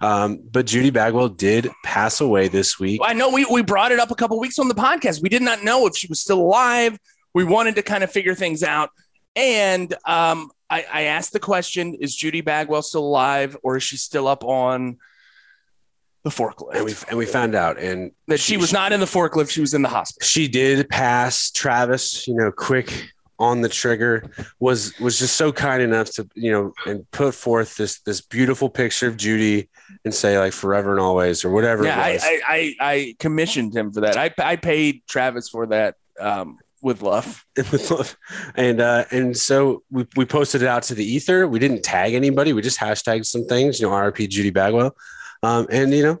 [SPEAKER 2] Um, but Judy Bagwell did pass away this week.
[SPEAKER 1] I know we, we brought it up a couple weeks on the podcast. We did not know if she was still alive. We wanted to kind of figure things out. And um, I, I asked the question is Judy Bagwell still alive or is she still up on the
[SPEAKER 2] And we
[SPEAKER 1] forklift?
[SPEAKER 2] and we found out and
[SPEAKER 1] That she was not in the forklift, she was in the hospital.
[SPEAKER 2] she did pass Travis, you know, quick on the trigger, was was just so kind enough to, you know, and put forth this this beautiful picture of Judy and say like forever and always or whatever.
[SPEAKER 1] Yeah,
[SPEAKER 2] it
[SPEAKER 1] I,
[SPEAKER 2] was.
[SPEAKER 1] I, I, I commissioned him for that. I, I paid Travis for that um, with love.
[SPEAKER 2] and uh, and so we, we posted it out to the ether. We didn't tag anybody. We just hashtagged some things. You know, RP Judy Bagwell, um, and you know,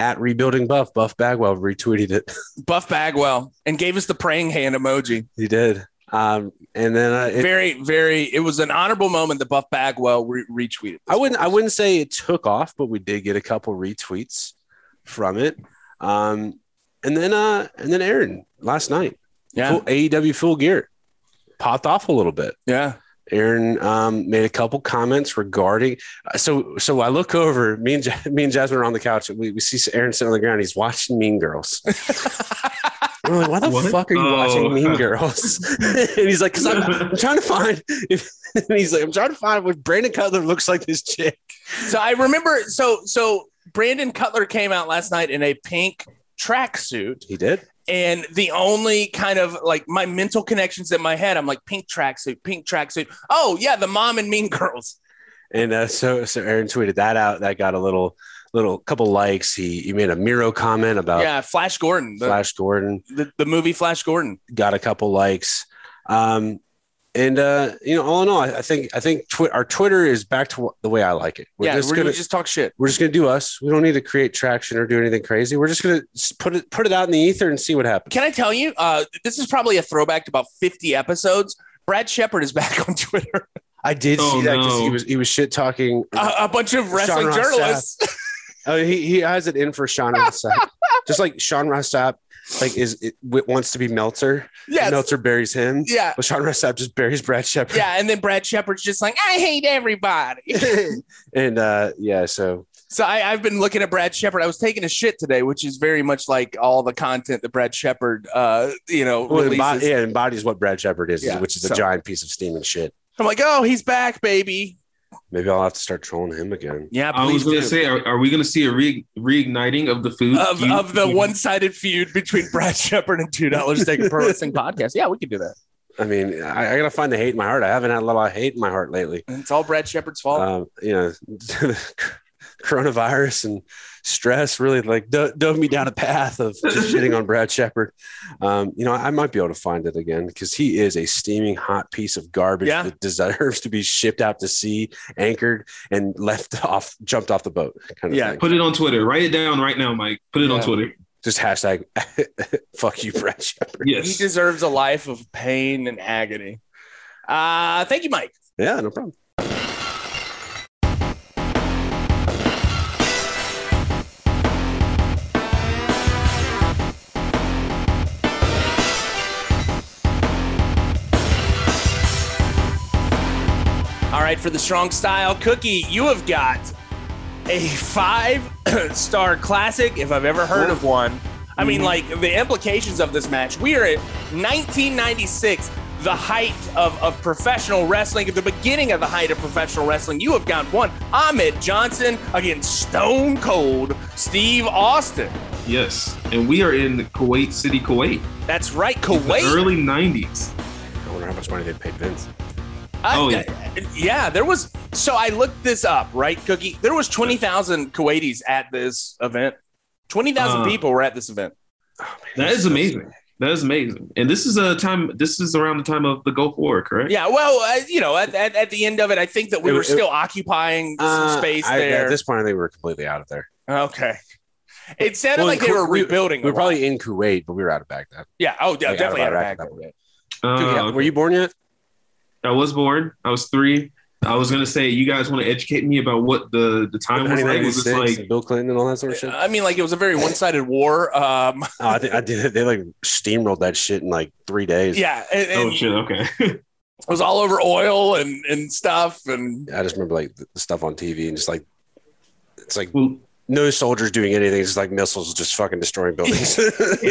[SPEAKER 2] at rebuilding buff buff bagwell retweeted it
[SPEAKER 1] Buff Bagwell and gave us the praying hand emoji.
[SPEAKER 2] he did um and then uh, it,
[SPEAKER 1] very, very. It was an honorable moment that Buff Bagwell re- retweeted.
[SPEAKER 2] i wouldn't i wouldn't say it took off but we did get a couple retweets from it um and then uh and then aaron last night
[SPEAKER 1] Yeah,
[SPEAKER 2] full, AEW Full Gear popped off a little bit.
[SPEAKER 1] yeah.
[SPEAKER 2] Aaron um, made a couple comments regarding. uh, So, so I look over. Me and Ja- me and Jasmine are on the couch. We, we see Aaron sitting on the ground. He's watching Mean Girls. And we're like, "Why the
[SPEAKER 4] What?
[SPEAKER 2] fuck are you
[SPEAKER 4] Oh.
[SPEAKER 2] watching Mean Girls?" and he's like, "Cause I'm, I'm trying to find." If, and he's like, "I'm trying to find what Brandon Cutler looks like this chick."
[SPEAKER 1] So I remember. So so Brandon Cutler came out last night in a pink tracksuit,
[SPEAKER 2] He did.
[SPEAKER 1] and the only kind of like my mental connections in my head, I'm like pink tracksuit, pink tracksuit. Oh yeah, the mom and Mean Girls.
[SPEAKER 2] And uh, so, so Aaron tweeted that out. That got a little, little couple likes. He he made a Miro comment about
[SPEAKER 1] yeah, Flash Gordon, the,
[SPEAKER 2] Uh, Flash Gordon.
[SPEAKER 1] the the movie Flash Gordon.
[SPEAKER 2] got a couple likes. Um, and uh, you know, all in all, I, I think I think twi- our Twitter is back to wh- the way I like it. We're
[SPEAKER 1] yeah,
[SPEAKER 2] just
[SPEAKER 1] we're
[SPEAKER 2] gonna
[SPEAKER 1] gonna just talk shit.
[SPEAKER 2] we're just gonna do us. We don't need to create traction or do anything crazy. We're just gonna s- put it put it out in the ether and see what happens.
[SPEAKER 1] Can I tell you? Uh, this is probably a throwback to about 50 episodes. Brad Shepard is back on Twitter.
[SPEAKER 2] I did
[SPEAKER 4] Oh,
[SPEAKER 2] see that 'cause he
[SPEAKER 4] no.
[SPEAKER 2] was he was shit talking.
[SPEAKER 1] A, a bunch of wrestling
[SPEAKER 2] Ross
[SPEAKER 1] journalists.
[SPEAKER 2] Oh, he, he has it in for Sean Rossap, just like Sean Rossap like is it, w- wants to be Meltzer.
[SPEAKER 1] yes.
[SPEAKER 2] Meltzer buries him.
[SPEAKER 1] Yeah.
[SPEAKER 2] But Sean Rossap just buries Brad Shepard.
[SPEAKER 1] Yeah. And then Brad Shepard's just like, I hate everybody.
[SPEAKER 2] and uh, yeah, so
[SPEAKER 1] so I, I've been looking at Brad Shepard. I was taking a shit today, which is very much like all the content that Brad Shepard, uh, you know,
[SPEAKER 2] Well,
[SPEAKER 1] releases.
[SPEAKER 2] embo- yeah, embodies what Brad Shepard is,
[SPEAKER 1] Yeah,
[SPEAKER 2] which is
[SPEAKER 1] so-
[SPEAKER 2] a giant piece of steam and shit.
[SPEAKER 1] I'm like, oh, he's back, baby.
[SPEAKER 2] Maybe I'll have to start trolling him again.
[SPEAKER 1] Yeah.
[SPEAKER 4] I was
[SPEAKER 1] Please
[SPEAKER 4] going
[SPEAKER 1] do.
[SPEAKER 4] to say, are, are we going to see a re- reigniting of the food
[SPEAKER 1] Of,
[SPEAKER 4] feud?
[SPEAKER 1] of the one sided feud between Brad Shepard and $2 Steak and Pro Wrestling Podcast. Yeah, we could do that.
[SPEAKER 2] I mean, I, I gotta find the hate in my heart. I haven't had a lot of hate in my heart lately.
[SPEAKER 1] It's all Brad Shepard's fault.
[SPEAKER 4] Uh,
[SPEAKER 2] Um, you know, coronavirus and stress really like do- dove me down a path of just shitting on Brad Shepard. Um, you know, I might be able to find it again because he is a steaming hot piece of garbage
[SPEAKER 1] Yeah.
[SPEAKER 2] that deserves to be shipped out to sea, anchored, and left off, jumped off the boat. Kind of
[SPEAKER 1] Yeah.
[SPEAKER 2] thing.
[SPEAKER 4] Put it on Twitter. Write it down right now, Mike. Put it on
[SPEAKER 1] Yeah.
[SPEAKER 4] Twitter.
[SPEAKER 2] just hashtag fuck you, Brad Shepard.
[SPEAKER 1] He
[SPEAKER 4] Yes.
[SPEAKER 1] deserves a life of pain and agony. Uh, thank you, Mike.
[SPEAKER 2] Yeah, no problem.
[SPEAKER 1] All right, for the strong style cookie, you have got a five star classic, if I've ever heard of one. I mean, like the implications of this match. We are at 1996, the height of, of professional wrestling, at the beginning of the height of professional wrestling. You have got one Ahmed Johnson against Stone Cold Steve Austin.
[SPEAKER 4] Yes. And we are in Kuwait City, Kuwait.
[SPEAKER 1] That's right,
[SPEAKER 4] The
[SPEAKER 1] Kuwait.
[SPEAKER 4] early 90s.
[SPEAKER 2] I wonder how much money they paid Vince.
[SPEAKER 1] oh
[SPEAKER 4] Oh,
[SPEAKER 1] yeah. yeah, there was. So I looked this up, right, Cookie? There was twenty thousand Kuwaitis at this event. Twenty thousand
[SPEAKER 4] Uh.
[SPEAKER 1] people were at this event.
[SPEAKER 2] Oh,
[SPEAKER 4] That is amazing. That is amazing. And this is a time, this is around the time of the Gulf War, correct?
[SPEAKER 1] Yeah, well, uh, you know, at, at, at the end of it, I think that we
[SPEAKER 2] It-
[SPEAKER 1] were
[SPEAKER 2] it-
[SPEAKER 1] still occupying some
[SPEAKER 2] Uh,
[SPEAKER 1] space
[SPEAKER 2] I-
[SPEAKER 1] there.
[SPEAKER 2] At this point, I think we were completely out of there.
[SPEAKER 1] okay. It sounded
[SPEAKER 2] Well,
[SPEAKER 1] like they
[SPEAKER 2] Ku-
[SPEAKER 1] were
[SPEAKER 2] we-
[SPEAKER 1] rebuilding.
[SPEAKER 2] We were
[SPEAKER 1] a lot.
[SPEAKER 2] probably in Kuwait, but we were out of Baghdad.
[SPEAKER 1] yeah. Oh, yeah,
[SPEAKER 2] Like,
[SPEAKER 1] definitely out of
[SPEAKER 2] Iraq
[SPEAKER 1] Baghdad.
[SPEAKER 2] at that point.
[SPEAKER 4] Uh,
[SPEAKER 2] Dude, yeah, Were you born yet?
[SPEAKER 4] I was born. I was three. I was gonna say, you guys want to educate me about what the the time was like? Was
[SPEAKER 2] 1996,
[SPEAKER 4] this like
[SPEAKER 2] and Bill Clinton and all that sort of shit?
[SPEAKER 1] I mean, like it was a very one-sided war. Um,
[SPEAKER 2] oh, I think I did. They like steamrolled that shit in like three days.
[SPEAKER 1] yeah, and,
[SPEAKER 4] oh
[SPEAKER 1] and
[SPEAKER 4] shit? Okay.
[SPEAKER 1] it was all over oil and and stuff. And
[SPEAKER 2] I just remember like the the stuff on TV and just like it's like
[SPEAKER 4] Well,
[SPEAKER 2] no soldiers doing anything. It's just like missiles just fucking destroying buildings.
[SPEAKER 4] um,
[SPEAKER 1] Have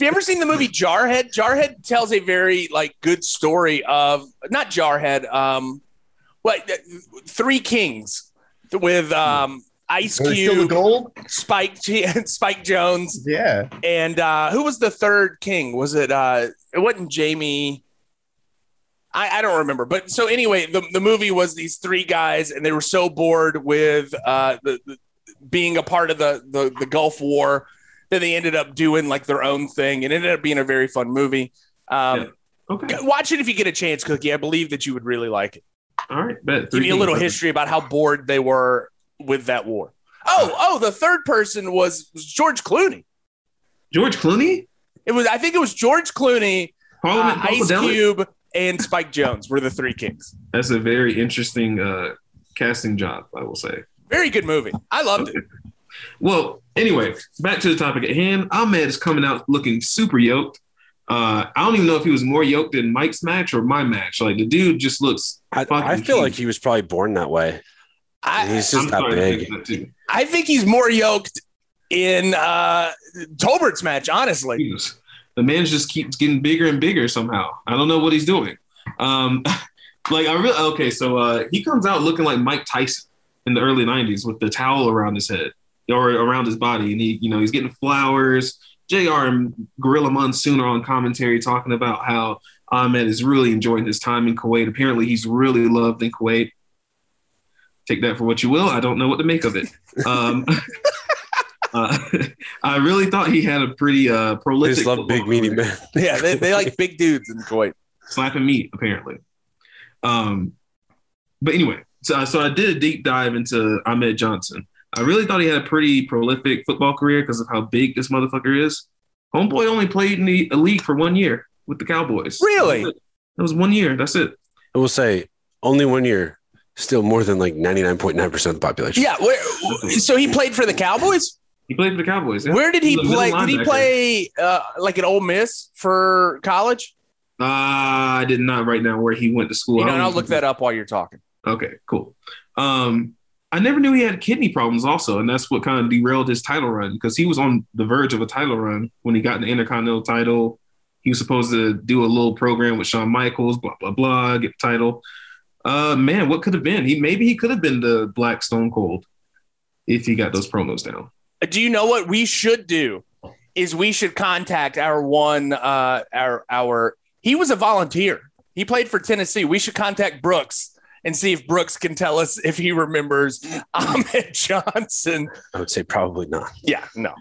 [SPEAKER 1] you ever seen the movie Jarhead? Jarhead tells a very like good story of not Jarhead, um, what th- Three Kings with um Ice
[SPEAKER 3] Are they still the
[SPEAKER 1] Cube,
[SPEAKER 3] gold?
[SPEAKER 1] Spike G- Spike Jones,
[SPEAKER 3] Yeah.
[SPEAKER 1] and uh, who was the third king? Was it uh, it wasn't Jamie? I, I don't remember, but so anyway, the, the movie was these three guys, and they were so bored with uh, the, the being a part of the, the the Gulf War that they ended up doing like their own thing, and it ended up being a very fun movie. Um,
[SPEAKER 4] okay.
[SPEAKER 1] g- Watch it if you get a chance, Cookie. I believe that you would really like it.
[SPEAKER 4] All right. Bet.
[SPEAKER 1] Give you a
[SPEAKER 4] Three
[SPEAKER 1] little
[SPEAKER 4] things.
[SPEAKER 1] history about how bored they were with that war. Oh, Oh, oh, the third person was, was George Clooney.
[SPEAKER 4] George Clooney,
[SPEAKER 1] It was, I think it was George Clooney,
[SPEAKER 4] Parliament,
[SPEAKER 1] uh, Ice
[SPEAKER 4] Funkadelic?
[SPEAKER 1] Cube, and Spike Jones were the three kings.
[SPEAKER 4] That's a very interesting uh, casting job, I will say.
[SPEAKER 1] Very good movie. I loved it.
[SPEAKER 4] Well, anyway, back to the topic at hand. Ahmed is coming out looking super yoked. Uh, I don't even know if he was more yoked in Mike's match or my match. Like the dude just looks.
[SPEAKER 2] I, I
[SPEAKER 4] fucking
[SPEAKER 2] feel like
[SPEAKER 4] huge.
[SPEAKER 2] he was probably born that way.
[SPEAKER 1] I,
[SPEAKER 2] He's just
[SPEAKER 4] I'm
[SPEAKER 2] that
[SPEAKER 4] sorry to
[SPEAKER 2] big.
[SPEAKER 4] think that too.
[SPEAKER 1] I think he's more yoked in uh, Tolbert's match, honestly.
[SPEAKER 4] Jesus. The man just keeps getting bigger and bigger somehow. I don't know what he's doing. Um, like I really okay. So uh, he comes out looking like Mike Tyson in the early '90s with the towel around his head or around his body, and he you know he's getting flowers. Jr. and Gorilla Monsoon are on commentary talking about how Ahmed is really enjoying his time in Kuwait. Apparently, he's really loved in Kuwait. Take that for what you will. I don't know what to make of it. Um, uh, I really thought he had a pretty uh,
[SPEAKER 2] They
[SPEAKER 4] prolific.
[SPEAKER 2] just love big
[SPEAKER 4] football
[SPEAKER 2] meaty
[SPEAKER 4] career
[SPEAKER 2] men.
[SPEAKER 1] Yeah, they, they like big dudes in Kuwait.
[SPEAKER 4] slapping meat apparently. Um, but anyway, so uh, so I did a deep dive into Ahmed Johnson. I really thought he had a pretty prolific football career because of how big this motherfucker is. Homeboy only played in the league for one year with the Cowboys.
[SPEAKER 1] Really?
[SPEAKER 4] That was one year. That's it.
[SPEAKER 2] I will say only one year, still more than like 99.9% of the population.
[SPEAKER 1] Yeah. Where, so he played for the Cowboys?
[SPEAKER 4] He played for the Cowboys. yeah.
[SPEAKER 1] Where did he
[SPEAKER 4] He's a middle
[SPEAKER 1] play? Did he
[SPEAKER 4] linebacker.
[SPEAKER 1] play uh, like an Ole Miss for college?
[SPEAKER 4] Uh, I did not right now where he went to school.
[SPEAKER 1] You know,
[SPEAKER 4] I
[SPEAKER 1] and
[SPEAKER 4] don't
[SPEAKER 1] I'll look that up while you're talking.
[SPEAKER 4] Okay, cool. Um, I never knew he had kidney problems, also, and that's what kind of derailed his title run because he was on the verge of a title run when he got the Intercontinental title. He was supposed to do a little program with Shawn Michaels, blah blah blah, get the title. Uh, man, what could have been? He maybe he could have been the Black Stone Cold if he got those promos down.
[SPEAKER 1] Do you know what we should do? Is we should contact our one, uh, our our. He was a volunteer. He played for Tennessee. We should contact Brooks and see if Brooks can tell us if he remembers Ahmed Johnson.
[SPEAKER 2] I would say probably not.
[SPEAKER 1] Yeah, no.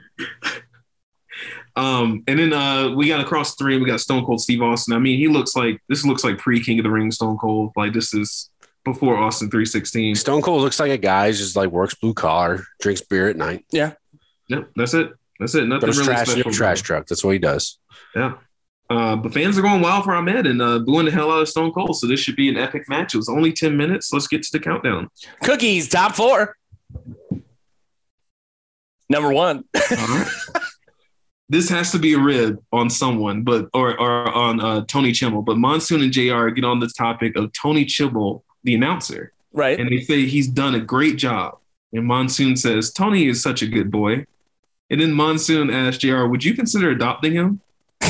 [SPEAKER 4] Um, and then uh, we got across the ring. We got Stone Cold Steve Austin. I mean, he looks like this looks like pre King of the Ring Stone Cold. Like this is before Austin three sixteen.
[SPEAKER 2] Stone Cold looks like a guy who's just like works blue collar, drinks beer at night,
[SPEAKER 4] Yep, that's it. That's it. Nothing
[SPEAKER 2] goes
[SPEAKER 4] really
[SPEAKER 2] trash in
[SPEAKER 4] special.
[SPEAKER 2] a trash truck. That's what he does.
[SPEAKER 4] Yeah. Uh, but fans are going wild for Ahmed and uh, booing the hell out of Stone Cold. So this should be an epic match. It was only 10 minutes. Let's get to the countdown.
[SPEAKER 1] Cookies top four. Number one.
[SPEAKER 4] this has to be a rib on someone, but or, or on uh, Tony Chimmel. But Monsoon and JR get on the topic of Tony Chimmel, the announcer,
[SPEAKER 1] Right.
[SPEAKER 4] and they say he's done a great job. And Monsoon says, Tony is such a good boy. And then Monsoon asks JR, would you consider adopting him?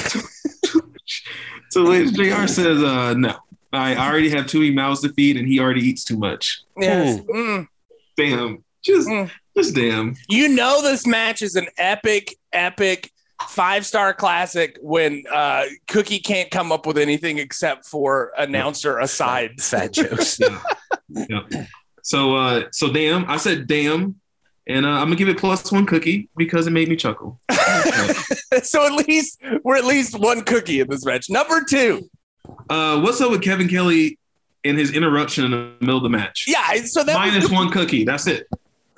[SPEAKER 4] so which JR says, uh, no. I I already have too many mouths to feed and he already eats too much.
[SPEAKER 1] Yes. Mm.
[SPEAKER 4] Damn. Just
[SPEAKER 1] Mm.
[SPEAKER 4] just damn.
[SPEAKER 1] You know this match is an epic, epic five star classic when uh, Cookie can't come up with anything except for announcer asides.
[SPEAKER 2] Fat jokes.
[SPEAKER 4] Yeah. yeah. So uh so damn, I said damn. And uh, I'm gonna give it plus one cookie because it made me chuckle.
[SPEAKER 1] so at least we're at least one cookie in this match. Number two,
[SPEAKER 4] Uh, what's up with Kevin Kelly and his interruption in the middle of the match?
[SPEAKER 1] yeah. So that was-
[SPEAKER 4] Minus one cookie. That's it.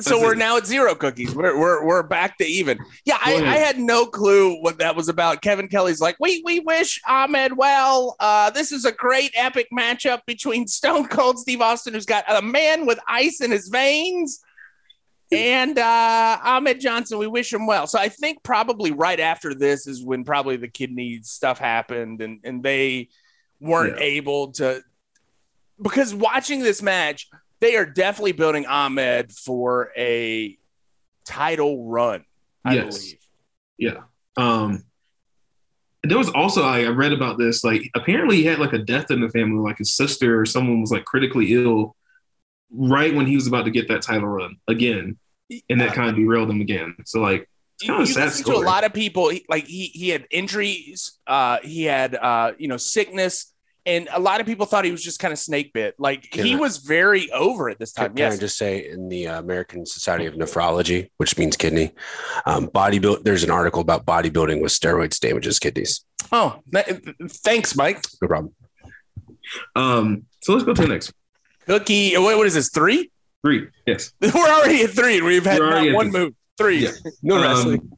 [SPEAKER 1] so we're
[SPEAKER 4] it.
[SPEAKER 1] now at zero cookies. We're we're, we're back to even. Yeah, I,
[SPEAKER 4] Go ahead.
[SPEAKER 1] I had no clue what that was about. Kevin Kelly's like, we we wish Ahmed well. Uh, this is a great epic matchup between Stone Cold Steve Austin, who's got a man with ice in his veins, and uh, Ahmed Johnson. We wish him well. So I think probably right after this is when probably the kidney stuff happened, and and they weren't
[SPEAKER 4] Yeah.
[SPEAKER 1] able to because watching this match they are definitely building Ahmed for a title run. I
[SPEAKER 4] Yes.
[SPEAKER 1] believe.
[SPEAKER 4] Um, there was also I I read about this. Like apparently he had like a death in the family. Like his sister or someone was like critically ill right when he was about to get that title run again, and that kind of derailed him again. So like
[SPEAKER 1] You,
[SPEAKER 4] kinda
[SPEAKER 1] you
[SPEAKER 4] sad
[SPEAKER 1] listen to
[SPEAKER 4] story.
[SPEAKER 1] a lot of people. he- Like he he had injuries. Uh, he had uh, you know sickness, and a lot of people thought he was just kind of snake bit. Like
[SPEAKER 2] Can
[SPEAKER 1] he
[SPEAKER 2] I-
[SPEAKER 1] was very over at this
[SPEAKER 2] Can,
[SPEAKER 4] Uh,
[SPEAKER 1] time.
[SPEAKER 2] can I
[SPEAKER 1] yes.
[SPEAKER 2] just say in the uh, American Society of Nephrology, which means kidney, um, bodybuild, there's an article about bodybuilding with steroids damages kidneys.
[SPEAKER 1] Oh, th- thanks, Mike.
[SPEAKER 2] No problem.
[SPEAKER 4] um, so let's go to the next.
[SPEAKER 1] Cookie. Wait, what is this? Three?
[SPEAKER 4] Three. Yes.
[SPEAKER 1] We're already at three, and we've had
[SPEAKER 4] We're already
[SPEAKER 1] not
[SPEAKER 4] at
[SPEAKER 1] one
[SPEAKER 4] three.
[SPEAKER 1] move. Three.
[SPEAKER 4] Yeah.
[SPEAKER 2] No
[SPEAKER 4] Um,
[SPEAKER 2] wrestling.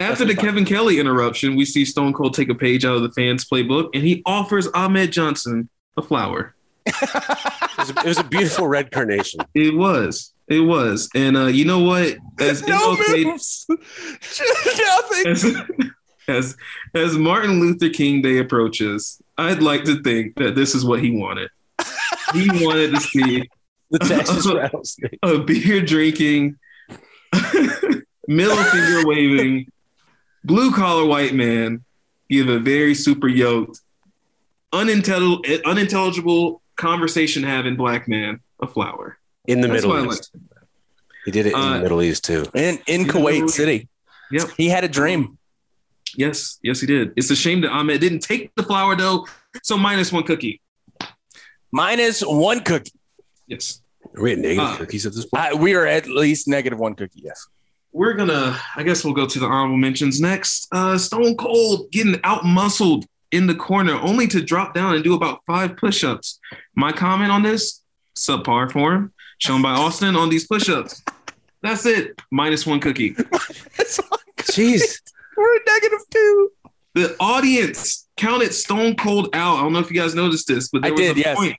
[SPEAKER 4] After the Kevin Kelly interruption, we see Stone Cold take a page out of the fans' playbook, and he offers Ahmed Johnson a flower.
[SPEAKER 2] It was, a, it was a beautiful red carnation.
[SPEAKER 4] It was. It was. And uh, you know what? As
[SPEAKER 1] no
[SPEAKER 4] MLK
[SPEAKER 1] moves. Nothing.
[SPEAKER 4] as, as as Martin Luther King Day approaches, I'd like to think that this is what he wanted. He wanted to see
[SPEAKER 2] The Texas rattlesnake.
[SPEAKER 4] a beer drinking, middle finger waving, blue collar white man give a very super yoked, unintelligible, unintelligible conversation having black man a flower.
[SPEAKER 2] in the
[SPEAKER 4] That's
[SPEAKER 2] Middle
[SPEAKER 4] why I
[SPEAKER 2] East.
[SPEAKER 4] like.
[SPEAKER 2] He did it in
[SPEAKER 4] Uh,
[SPEAKER 2] the Middle East too.
[SPEAKER 1] In in
[SPEAKER 4] You know,
[SPEAKER 1] Kuwait City.
[SPEAKER 4] Yep.
[SPEAKER 1] He had a dream.
[SPEAKER 4] Yes, yes, he did. It's a shame that Ahmed didn't take the flower though. So minus one cookie.
[SPEAKER 1] Minus one cookie.
[SPEAKER 4] Yes.
[SPEAKER 2] Are we at negative
[SPEAKER 4] Uh,
[SPEAKER 2] cookies at this point?
[SPEAKER 1] I, we are at least negative one cookie. Yes.
[SPEAKER 4] we're gonna i guess we'll go to the honorable mentions next uh stone cold getting out muscled in the corner only to drop down and do about five push-ups my comment on this subpar form shown by austin on these push-ups that's it minus one cookie
[SPEAKER 2] Jeez.
[SPEAKER 1] We're at negative two.
[SPEAKER 4] the audience counted stone cold out i don't know if you guys noticed this but
[SPEAKER 1] I
[SPEAKER 4] there was
[SPEAKER 1] did,
[SPEAKER 4] a
[SPEAKER 1] yes.
[SPEAKER 4] point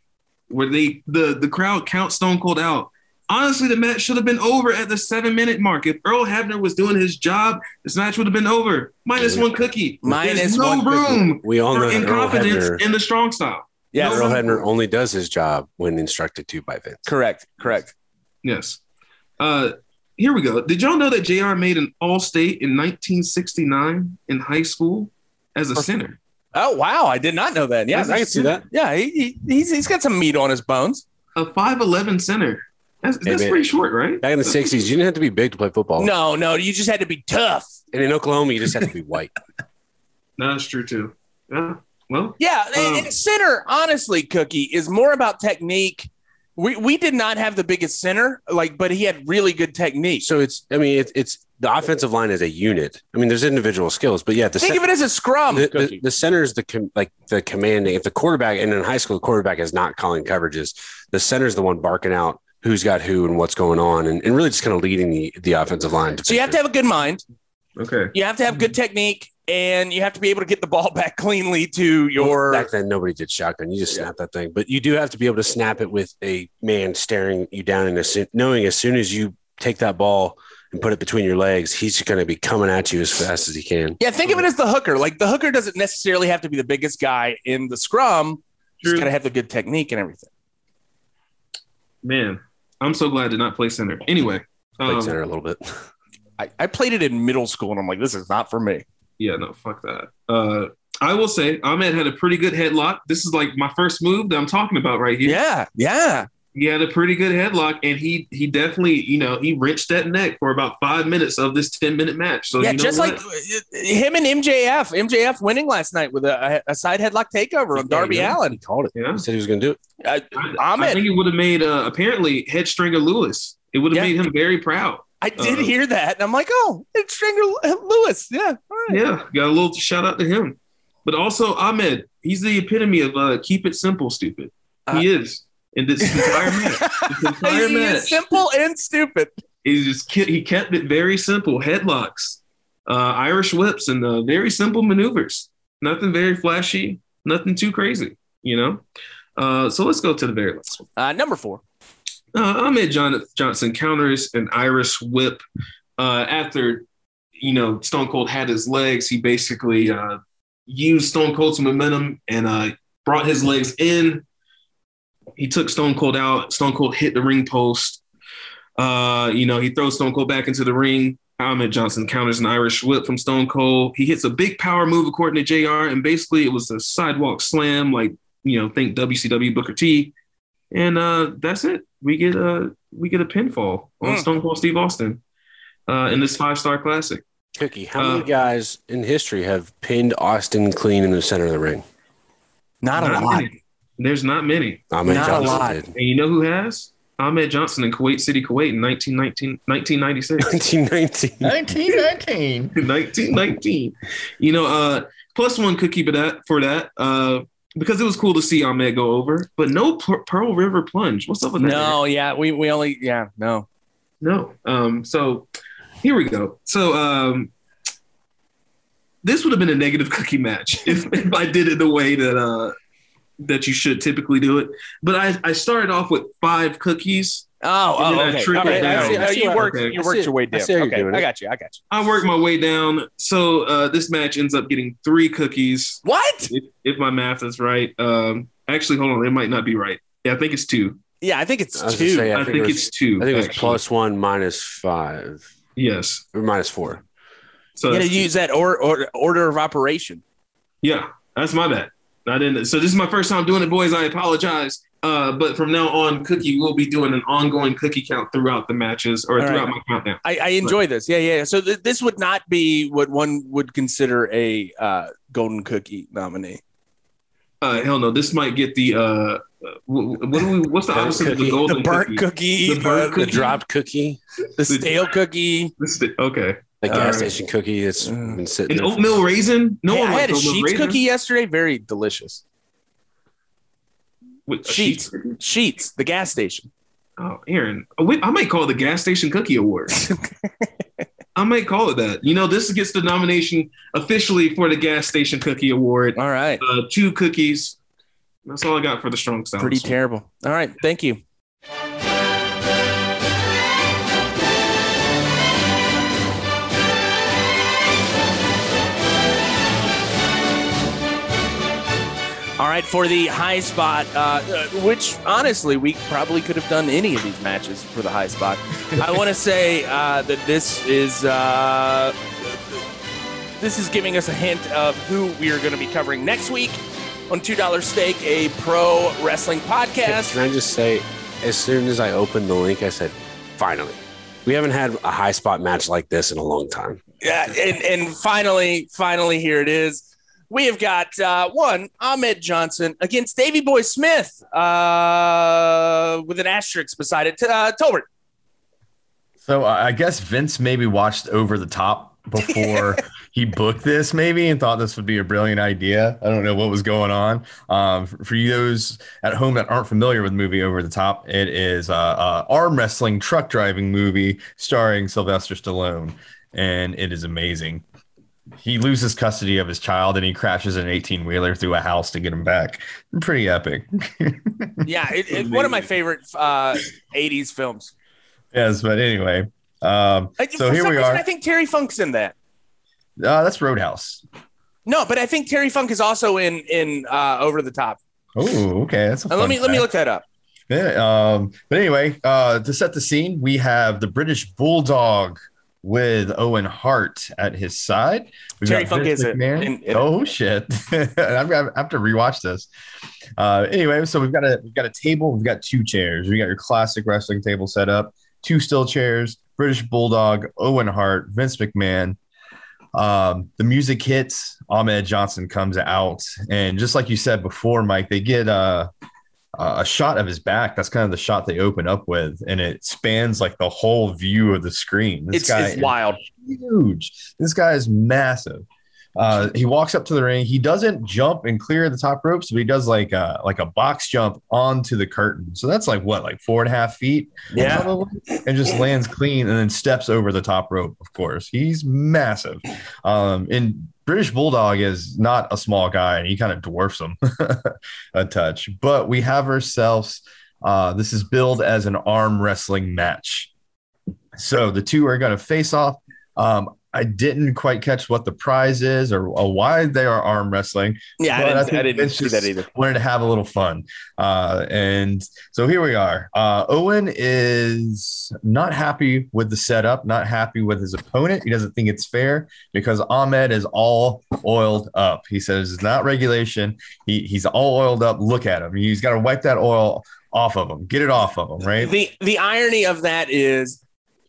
[SPEAKER 4] where they the the crowd count stone cold out honestly the match should have been over at the seven minute mark if earl hebner was doing his job this match would have been over minus one cookie
[SPEAKER 1] Minus
[SPEAKER 4] There's no
[SPEAKER 1] one cookie.
[SPEAKER 4] room
[SPEAKER 2] We all know
[SPEAKER 4] for
[SPEAKER 2] that Earl
[SPEAKER 4] incompetence
[SPEAKER 2] Hebner,
[SPEAKER 4] in the strong style
[SPEAKER 1] Yes.
[SPEAKER 2] Earl Hebner only does his job when instructed to by Vince.
[SPEAKER 1] Correct. Correct.
[SPEAKER 4] yes uh here we go did y'all know that jr made an all-state in 1969 in high school as a center
[SPEAKER 1] Oh wow! I did not know that. Yeah.
[SPEAKER 2] I can see that.
[SPEAKER 1] Yeah. He, he, he's, he's got some meat on his bones.
[SPEAKER 4] a 5'11 center that's,
[SPEAKER 2] Hey,
[SPEAKER 4] that's
[SPEAKER 2] man.
[SPEAKER 4] pretty short right
[SPEAKER 2] Back in the
[SPEAKER 4] That's-
[SPEAKER 2] '60s, you didn't have to be big to play football.
[SPEAKER 1] No, no. You just had to be tough.
[SPEAKER 2] and in Oklahoma, you just had to be white.
[SPEAKER 4] No, That's true too. Yeah. Well,
[SPEAKER 1] Yeah,
[SPEAKER 2] Oh.
[SPEAKER 1] and-
[SPEAKER 4] Um,
[SPEAKER 1] and center, honestly, Cookie is more about technique. We we did not have the biggest center, like, but he had really good technique.
[SPEAKER 2] so it's, I mean, it's, it's the offensive line is a unit. I mean, there's individual skills, but yeah, the
[SPEAKER 1] Think
[SPEAKER 2] cen-
[SPEAKER 1] of it as a scrum.
[SPEAKER 2] the, the,
[SPEAKER 1] Cookie.
[SPEAKER 2] the center is the com- like the commanding. If the quarterback and in high school, the quarterback is not calling coverages. The center is the one barking out who's got who and what's going on, and, and really just kind of leading the, the offensive line.
[SPEAKER 1] so you have to have a good mind.
[SPEAKER 4] okay.
[SPEAKER 1] You have to have good technique, and you have to be able to get the ball back cleanly to your.
[SPEAKER 2] back then nobody did shotgun. You just snap that thing, but you do have to be able to snap it with a man staring you down and as soon, knowing as soon as you take that ball and put it between your legs, he's going to be coming at you as fast as he can.
[SPEAKER 1] Yeah, think of it as the hooker. Like the hooker doesn't necessarily have to be the biggest guy in the scrum. Just
[SPEAKER 4] True.
[SPEAKER 1] gotta have the good technique and everything.
[SPEAKER 4] Man, I'm so glad I did not play center. Anyway,
[SPEAKER 2] Played
[SPEAKER 4] um,
[SPEAKER 2] center a little bit.
[SPEAKER 1] I, I played it in middle school, and I'm like, this is not for me.
[SPEAKER 4] yeah, no, fuck that. Uh, I will say Ahmed had a pretty good headlock. This is like my first move that I'm talking about right here.
[SPEAKER 1] Yeah, yeah.
[SPEAKER 4] He had a pretty good headlock, and he he definitely you know he wrenched that neck for about five minutes of this ten minute match. So
[SPEAKER 1] yeah,
[SPEAKER 4] you know
[SPEAKER 1] just like
[SPEAKER 4] what?
[SPEAKER 1] uh, him and MJF. MJF winning last night with a, a side headlock takeover on
[SPEAKER 2] Yeah,
[SPEAKER 1] Darby
[SPEAKER 2] yeah.
[SPEAKER 1] Allen.
[SPEAKER 2] He called it.
[SPEAKER 4] yeah,
[SPEAKER 2] He said he was going to do it.
[SPEAKER 1] I,
[SPEAKER 4] I,
[SPEAKER 1] Ahmed.
[SPEAKER 4] I think it would have made uh, apparently Headstringer Lewis. It would
[SPEAKER 1] Yeah.
[SPEAKER 4] have made him very proud.
[SPEAKER 1] I did
[SPEAKER 4] Uh,
[SPEAKER 1] hear that, and I'm like, oh, it's Stringer Lewis. Yeah, all right.
[SPEAKER 4] Yeah, got a little shout out to him. But also Ahmed, he's the epitome of uh, keep it simple, stupid. he is in this entire match. This entire
[SPEAKER 1] he
[SPEAKER 4] match,
[SPEAKER 1] is simple and stupid.
[SPEAKER 4] he's just ke- he kept it very simple. Headlocks, uh, Irish whips, and uh, very simple maneuvers. Nothing very flashy. Nothing too crazy. You know. Uh, so let's go to the very last one.
[SPEAKER 1] Uh, number four.
[SPEAKER 4] Uh, Ahmed John- Johnson counters an Irish whip uh, after you know Stone Cold had his legs. He basically uh, used Stone Cold's momentum and uh, brought his legs in. He took Stone Cold out. Stone Cold hit the ring post. Uh, you know he throws Stone Cold back into the ring. Ahmed Johnson counters an Irish whip from Stone Cold. He hits a big power move according to JR, and basically it was a sidewalk slam, like you know think WCW Booker T. And uh, that's it. We get a we get a pinfall on
[SPEAKER 1] Mm.
[SPEAKER 4] Stone Cold Steve Austin uh, in this five star classic.
[SPEAKER 2] Cookie, how
[SPEAKER 4] Uh,
[SPEAKER 2] many guys in history have pinned Austin clean in the center of the ring?
[SPEAKER 1] Not a
[SPEAKER 4] Not
[SPEAKER 1] lot.
[SPEAKER 4] many. There's not many.
[SPEAKER 2] Ahmed
[SPEAKER 1] Not a
[SPEAKER 2] Johnson
[SPEAKER 1] lot.
[SPEAKER 2] did.
[SPEAKER 4] And you know who has? Ahmed Johnson in Kuwait City, Kuwait in 1919 1996.
[SPEAKER 2] 1919.
[SPEAKER 3] 1919.
[SPEAKER 4] 1919. You know, uh, plus one cookie for that. For that, uh, because it was cool to see Ahmed go over, but no Per- Pearl River plunge. What's up with that?
[SPEAKER 1] No, yeah, we, we only yeah no.
[SPEAKER 4] No. Um, so here we go. So um, this would have been a negative cookie match if, if I did it the way that uh, that you should typically do it. But I, I started off with five cookies.
[SPEAKER 1] Oh,
[SPEAKER 4] And
[SPEAKER 1] oh
[SPEAKER 4] then I
[SPEAKER 1] okay.
[SPEAKER 4] tricked
[SPEAKER 1] okay.
[SPEAKER 4] it down.
[SPEAKER 1] I see- oh,
[SPEAKER 2] I see
[SPEAKER 1] you
[SPEAKER 2] what-
[SPEAKER 1] worked
[SPEAKER 4] okay.
[SPEAKER 1] you
[SPEAKER 2] I
[SPEAKER 1] worked
[SPEAKER 2] see-
[SPEAKER 1] your way
[SPEAKER 2] I
[SPEAKER 1] down.
[SPEAKER 2] see how you're
[SPEAKER 1] okay,
[SPEAKER 2] doing
[SPEAKER 1] I
[SPEAKER 2] it.
[SPEAKER 1] got you. I got you.
[SPEAKER 4] I worked my way down. So uh, this match ends up getting three cookies,
[SPEAKER 1] What?
[SPEAKER 4] if, if my math is right. Um, actually, hold on, it might not be right. Yeah, I think it's two.
[SPEAKER 1] Yeah, I think it's
[SPEAKER 2] I was gonna
[SPEAKER 1] two.
[SPEAKER 2] say, Yeah,
[SPEAKER 4] I,
[SPEAKER 2] I
[SPEAKER 4] think,
[SPEAKER 2] think it was-
[SPEAKER 4] it's two.
[SPEAKER 2] I think it was
[SPEAKER 4] actually.
[SPEAKER 2] plus one, minus five,
[SPEAKER 4] Yes.
[SPEAKER 2] or minus four.
[SPEAKER 4] So
[SPEAKER 1] you gotta
[SPEAKER 4] it's two.
[SPEAKER 1] use that or, or, order of operation.
[SPEAKER 4] Yeah, that's my bad. I didn't. So this is my first time doing it, boys. I apologize. Uh, but from now on, Cookie will be doing an ongoing cookie count throughout the matches or
[SPEAKER 1] All
[SPEAKER 4] throughout
[SPEAKER 1] right.
[SPEAKER 4] my countdown.
[SPEAKER 1] I, I enjoy this. Yeah, yeah. yeah. So th- this would not be what one would consider a uh, golden cookie nominee.
[SPEAKER 4] Uh, hell no, this might get the uh, what, what do we? What's the
[SPEAKER 2] Burnt
[SPEAKER 4] opposite of the
[SPEAKER 2] cookie.
[SPEAKER 4] golden
[SPEAKER 1] The burnt
[SPEAKER 4] cookie?
[SPEAKER 1] cookie,
[SPEAKER 4] The burnt
[SPEAKER 1] uh,
[SPEAKER 2] The
[SPEAKER 4] Cookie?
[SPEAKER 2] dropped cookie,
[SPEAKER 1] the stale cookie.
[SPEAKER 4] This is the- okay,
[SPEAKER 2] the
[SPEAKER 4] All right.
[SPEAKER 2] gas station cookie that's
[SPEAKER 1] Mm.
[SPEAKER 2] been sitting
[SPEAKER 4] an
[SPEAKER 2] there for-
[SPEAKER 4] oatmeal raisin. No
[SPEAKER 1] Hey,
[SPEAKER 4] one
[SPEAKER 1] I had
[SPEAKER 4] likes
[SPEAKER 1] a
[SPEAKER 4] oatmeal
[SPEAKER 1] sheets
[SPEAKER 4] raisin.
[SPEAKER 1] cookie yesterday. Very delicious.
[SPEAKER 4] Wait, a
[SPEAKER 1] Sheets.
[SPEAKER 4] Sheetz cookie?
[SPEAKER 1] Sheets, the gas station.
[SPEAKER 4] Oh, Aaron, I wi- I might call it the gas station cookie award. I might call it that. You know, this gets the nomination officially for the gas station cookie award.
[SPEAKER 1] All right.
[SPEAKER 4] uh, two cookies. That's all I got for the strong style.
[SPEAKER 1] Pretty terrible. All right. Thank you. All right, for the high spot, uh, uh, which honestly, we probably could have done any of these matches for the high spot. I want to say uh, that this is uh, this is giving us a hint of who we are going to be covering next week on Two Dollar Steak, a pro wrestling
[SPEAKER 2] Can,
[SPEAKER 1] podcast.
[SPEAKER 2] can I just say, as soon as I opened the link, I said, finally. We haven't had a high spot match like this in a long time.
[SPEAKER 1] Yeah, and, and finally, finally, here it is. We have got uh, one Ahmed Johnson against Davy Boy Smith uh, with an asterisk beside it. T- Uh, Tolbert.
[SPEAKER 3] So I I guess Vince maybe watched over the top before he booked this, maybe, and thought this would be a brilliant idea. I don't know what was going on. Um, f- for you those at home that aren't familiar with the movie Over the Top, it is a, a arm wrestling truck driving movie starring Sylvester Stallone, and it is amazing. He loses custody of his child and he crashes an 18 wheeler through a house to get him back. Pretty epic.
[SPEAKER 1] Yeah, it, it, one of my
[SPEAKER 4] Amazing.
[SPEAKER 1] favorite uh, 80s films.
[SPEAKER 3] yes, but anyway, um,
[SPEAKER 1] I,
[SPEAKER 3] So
[SPEAKER 1] for
[SPEAKER 3] here
[SPEAKER 1] some
[SPEAKER 3] we
[SPEAKER 1] reason,
[SPEAKER 3] are.
[SPEAKER 1] I think Terry Funk's in that.
[SPEAKER 3] uh, that's Roadhouse.
[SPEAKER 1] No, but I think Terry Funk is also in in uh, Over the Top.
[SPEAKER 3] Oh, okay. That's a
[SPEAKER 1] Uh, let
[SPEAKER 3] fun
[SPEAKER 1] me let me
[SPEAKER 3] fact.
[SPEAKER 1] look that up.
[SPEAKER 3] Yeah. Um, but anyway, uh, to set the scene, we have the British Bulldog with Owen Hart at his side. We've
[SPEAKER 1] Terry
[SPEAKER 3] got
[SPEAKER 1] Funk
[SPEAKER 3] Vince
[SPEAKER 1] is it.
[SPEAKER 3] McMahon.
[SPEAKER 1] In- in-
[SPEAKER 3] oh shit! I've got I have to rewatch this. Uh, anyway, so we've got a we've got a table. We've got two chairs. We got your classic wrestling table set up. Two still chairs. British Bulldog, Owen Hart, Vince McMahon. Um, the music hits. Ahmed Johnson comes out, and just like you said before, Mike, they get uh, uh, a shot of his back. That's kind of the shot they open up with, and it spans like the whole view of the screen. This
[SPEAKER 1] It's,
[SPEAKER 3] guy
[SPEAKER 1] it's
[SPEAKER 3] is
[SPEAKER 1] wild.
[SPEAKER 3] huge. This guy is massive. Uh, he walks up to the ring. He doesn't jump and clear the top ropes, but he does like a, like a box jump onto the curtain. So that's like what, like four and a half feet, probably, and just lands clean and then steps over the top rope. Of course, he's massive. Um, and British Bulldog is not a small guy, and he kind of dwarfs him a touch. But we have ourselves. Uh, this is billed as an arm wrestling match. So the two are going to face off. Um, I didn't quite catch what the prize is or, or why they are arm wrestling.
[SPEAKER 1] Yeah,
[SPEAKER 3] But I
[SPEAKER 1] I didn't,
[SPEAKER 3] think
[SPEAKER 1] I didn't
[SPEAKER 3] Vince
[SPEAKER 1] see
[SPEAKER 3] just
[SPEAKER 1] that either.
[SPEAKER 3] Wanted to have a little fun. Uh, and so here we are. Uh, Owen is not happy with the setup, not happy with his opponent. He doesn't think it's fair because Ahmed is all oiled up. He says it's not regulation. He, he's all oiled up. Look at him. He's got to wipe that oil off of him. Get it off of him, right?
[SPEAKER 1] The the irony of that is,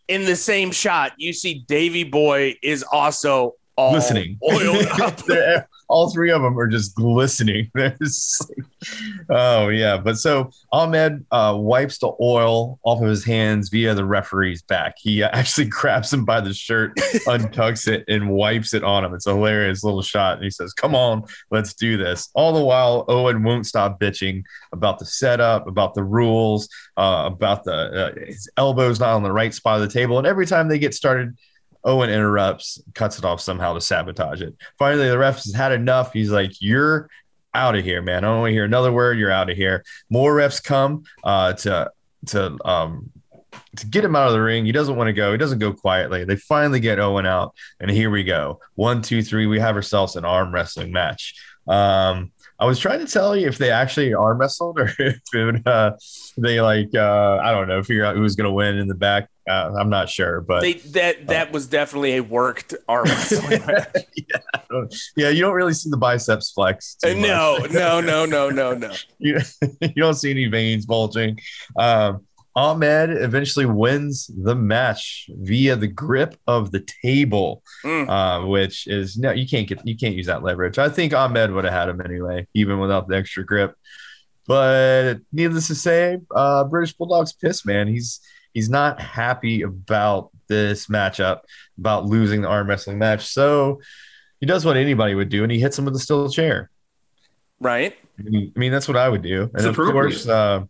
[SPEAKER 1] in the same shot, you see Davy Boy is also all
[SPEAKER 3] Listening.
[SPEAKER 1] oiled up.
[SPEAKER 3] They're- all three of them are just glistening. They're just oh yeah, but so Ahmed uh, wipes the oil off of his hands via the referee's back. He uh, actually grabs him by the shirt, untucks it, and wipes it on him. It's a hilarious little shot. And he says, "Come on, let's do this." All the while, Owen won't stop bitching about the setup, about the rules, uh, about the uh, his elbows not on the right spot of the table. And every time they get started. Owen interrupts, cuts it off somehow to sabotage it. Finally, the ref has had enough. He's like, "You're out of here, man. I don't want to hear another word. You're out of here. More reps come uh, to to um, to get him out of the ring. He doesn't want to go. He doesn't go quietly. They finally get Owen out, and here we go. One, two, three. We have ourselves an arm wrestling match. Um, I was trying to tell you if they actually arm wrestled or if it, uh, they like uh, I don't know figure out who's gonna win in the back. Uh, I'm not sure, but
[SPEAKER 1] They, that that was definitely a worked arm wrestling match.
[SPEAKER 3] yeah, you don't really see the biceps flex. too much.
[SPEAKER 1] No, no, no, no, no, no.
[SPEAKER 3] you, you don't see any veins bulging. Um, Ahmed eventually wins the match via the grip of the table,
[SPEAKER 1] Mm.
[SPEAKER 3] uh, which is no, you can't get you can't use that leverage. I think Ahmed would have had him anyway, even without the extra grip. But needless to say, uh, British Bulldog's pissed, man. He's he's not happy about this matchup, about losing the arm wrestling match. So he does what anybody would do, and he hits him with a steel chair.
[SPEAKER 1] Right?
[SPEAKER 3] Mm-hmm. I mean, that's what I would do.
[SPEAKER 4] It's
[SPEAKER 3] And of
[SPEAKER 4] appropriate.
[SPEAKER 3] course, uh,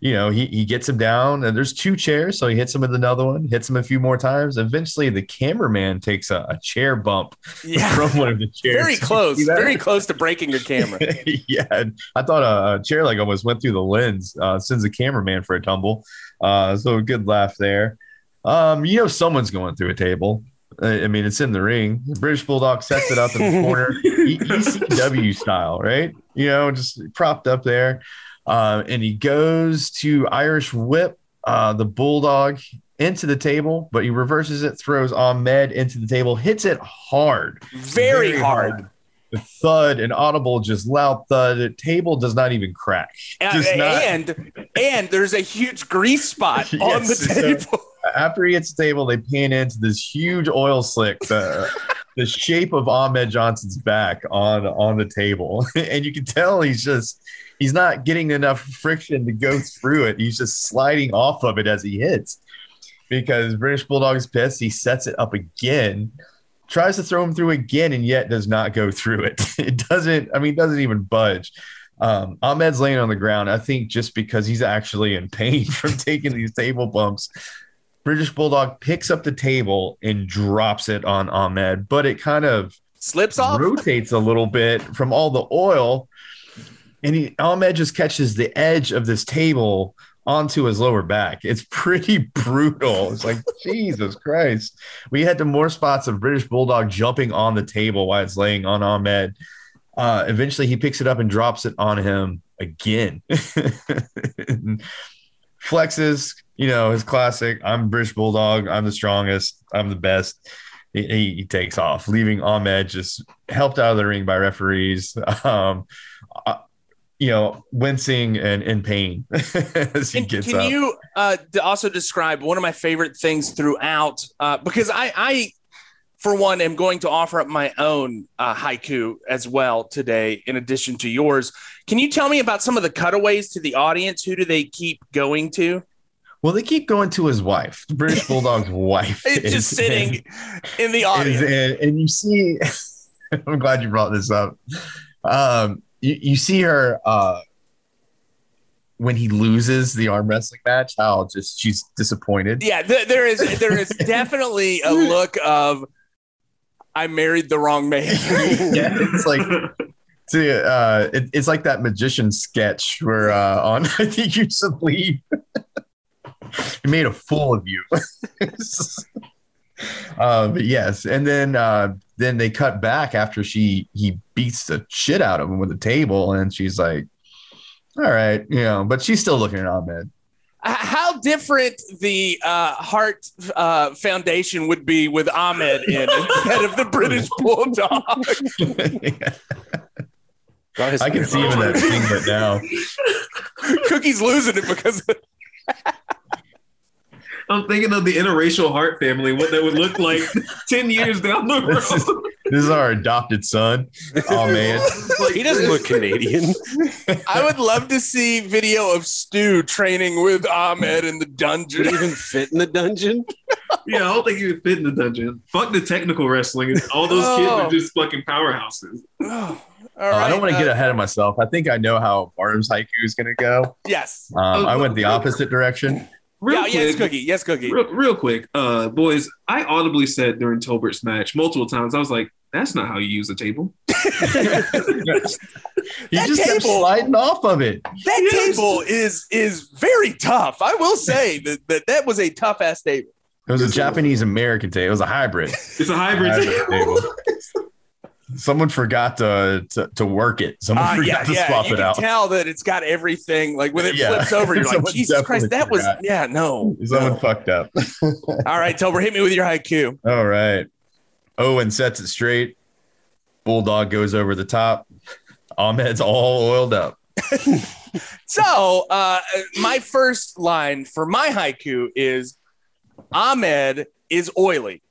[SPEAKER 3] you know, he, he gets him down, and there's two chairs. So he hits him with another one, hits him a few more times. Eventually, the cameraman takes a, a chair bump
[SPEAKER 1] Yeah.
[SPEAKER 3] from one of the chairs.
[SPEAKER 1] Very close.
[SPEAKER 3] See that?
[SPEAKER 1] Very close to breaking your camera.
[SPEAKER 3] yeah. and I thought a, a chair like almost went through the lens, uh, sends the cameraman for a tumble. Uh, so a good laugh there. Um, you know, someone's going through a table. I I mean, it's in the ring. The British Bulldog sets it up in the corner. E- ECW style, right? You know, just propped up there. Um, and he goes to Irish whip uh, the bulldog into the table, but he reverses it, throws Ahmed into the table, hits it hard,
[SPEAKER 1] Very hard.
[SPEAKER 3] The thud and audible, just loud thud. The table does not even crack.
[SPEAKER 1] And
[SPEAKER 3] Just not-
[SPEAKER 1] and, and there's a huge grease spot on the
[SPEAKER 3] Yes, it's
[SPEAKER 1] table.
[SPEAKER 3] After he hits the table, they pan into this huge oil slick. The, The shape of Ahmed Johnson's back on on the table, and you can tell he's just he's not getting enough friction to go through it. He's just sliding off of it as he hits. Because British Bulldog is pissed, he sets it up again, tries to throw him through again, and yet does not go through it. It doesn't. I mean, it doesn't even budge. Um, Ahmed's laying on the ground. I think just because he's actually in pain from taking these table bumps. British Bulldog picks up the table and drops it on Ahmed, but it kind of
[SPEAKER 1] Slips off.
[SPEAKER 3] rotates a little bit from all the oil, and he, Ahmed just catches the edge of this table onto his lower back. It's pretty brutal. It's like Jesus Christ. We had to more spots of British Bulldog jumping on the table while it's laying on Ahmed. Uh, eventually, he picks it up and drops it on him again. Flexes, you know, his classic. I'm British Bulldog. I'm the strongest. I'm the best he- he, he takes off, leaving Ahmed just helped out of the ring by referees. Um, uh, you know, wincing and in pain as he
[SPEAKER 1] Can,
[SPEAKER 3] gets
[SPEAKER 1] can
[SPEAKER 3] up.
[SPEAKER 1] you uh, d- also describe one of my favorite things throughout? Uh, because I, I, for one, am going to offer up my own uh, haiku as well today, in addition to yours. Can you tell me about some of the cutaways to the audience? Who do they keep going to?
[SPEAKER 3] well, they keep going to his wife, the British Bulldog's wife.
[SPEAKER 1] It's just
[SPEAKER 3] is-
[SPEAKER 1] sitting in the audience.
[SPEAKER 3] is- and, and you see, I'm glad you brought this up. Um, you, you see her uh, when he loses the arm wrestling match, how just she's disappointed.
[SPEAKER 1] yeah, th- there is there is definitely a look of I married the wrong man.
[SPEAKER 3] yeah, it's like See, uh, it, it's like that magician sketch where uh, on I think you should leave. he made a fool of you. uh, but yes, and then uh, then they cut back after she he beats the shit out of him with a table, and she's like, "All right, you know," but she's still looking at Ahmed.
[SPEAKER 1] H- How different the uh, Heart uh, Foundation would be with Ahmed in instead of the British Bulldog.
[SPEAKER 3] I can see him in that thing, but now
[SPEAKER 1] Cookie's losing it because
[SPEAKER 4] I'm thinking of the interracial heart family, what that would look like 10 years down the
[SPEAKER 3] This is-
[SPEAKER 4] road.
[SPEAKER 3] This is our adopted son. Oh man,
[SPEAKER 2] He doesn't look Canadian.
[SPEAKER 1] I would love to see video of Stu training with Ahmed in the dungeon.
[SPEAKER 2] Would he even fit in the dungeon?
[SPEAKER 4] Yeah, I don't think he would fit in the dungeon. Fuck the technical wrestling. All those kids
[SPEAKER 1] Oh.
[SPEAKER 4] are just fucking powerhouses.
[SPEAKER 1] Oh,
[SPEAKER 3] Uh, I don't want to get ahead of myself. I think I know how Barnum's haiku is going to go.
[SPEAKER 1] Yes.
[SPEAKER 3] Um, I
[SPEAKER 1] Oh.
[SPEAKER 3] went the opposite direction.
[SPEAKER 4] Real
[SPEAKER 1] yeah, yes,
[SPEAKER 4] quick,
[SPEAKER 1] Cookie. Yes, Cookie.
[SPEAKER 4] real, real quick, uh, boys, I audibly said during Tolbert's match multiple times, I was like, that's not how you use a table.
[SPEAKER 3] He
[SPEAKER 1] That
[SPEAKER 3] just kept
[SPEAKER 1] table-
[SPEAKER 3] sliding off of it.
[SPEAKER 1] That
[SPEAKER 4] Yes.
[SPEAKER 1] table is is very tough. I will say that that, that was a tough ass table.
[SPEAKER 3] It was a Japanese American table. It was a hybrid.
[SPEAKER 4] It's a hybrid
[SPEAKER 3] Hybrid
[SPEAKER 4] table.
[SPEAKER 3] Someone forgot to to, to work it. Someone
[SPEAKER 1] Ah,
[SPEAKER 3] forgot
[SPEAKER 1] yeah,
[SPEAKER 3] to
[SPEAKER 1] yeah.
[SPEAKER 3] swap
[SPEAKER 1] You
[SPEAKER 3] it
[SPEAKER 1] can
[SPEAKER 3] out.
[SPEAKER 1] tell that it's got everything. Like when it
[SPEAKER 3] Yeah.
[SPEAKER 1] flips over, you're like,
[SPEAKER 3] Someone
[SPEAKER 1] Jesus Christ,
[SPEAKER 3] definitely
[SPEAKER 1] that was
[SPEAKER 3] forgot.
[SPEAKER 1] yeah, no.
[SPEAKER 3] Someone
[SPEAKER 1] no.
[SPEAKER 3] fucked up.
[SPEAKER 1] All right, Tober, hit me with your haiku.
[SPEAKER 3] All right. Owen sets it straight. Bulldog goes over the top. Ahmed's all oiled up.
[SPEAKER 1] So, uh, my first line for my haiku is Ahmed is oily.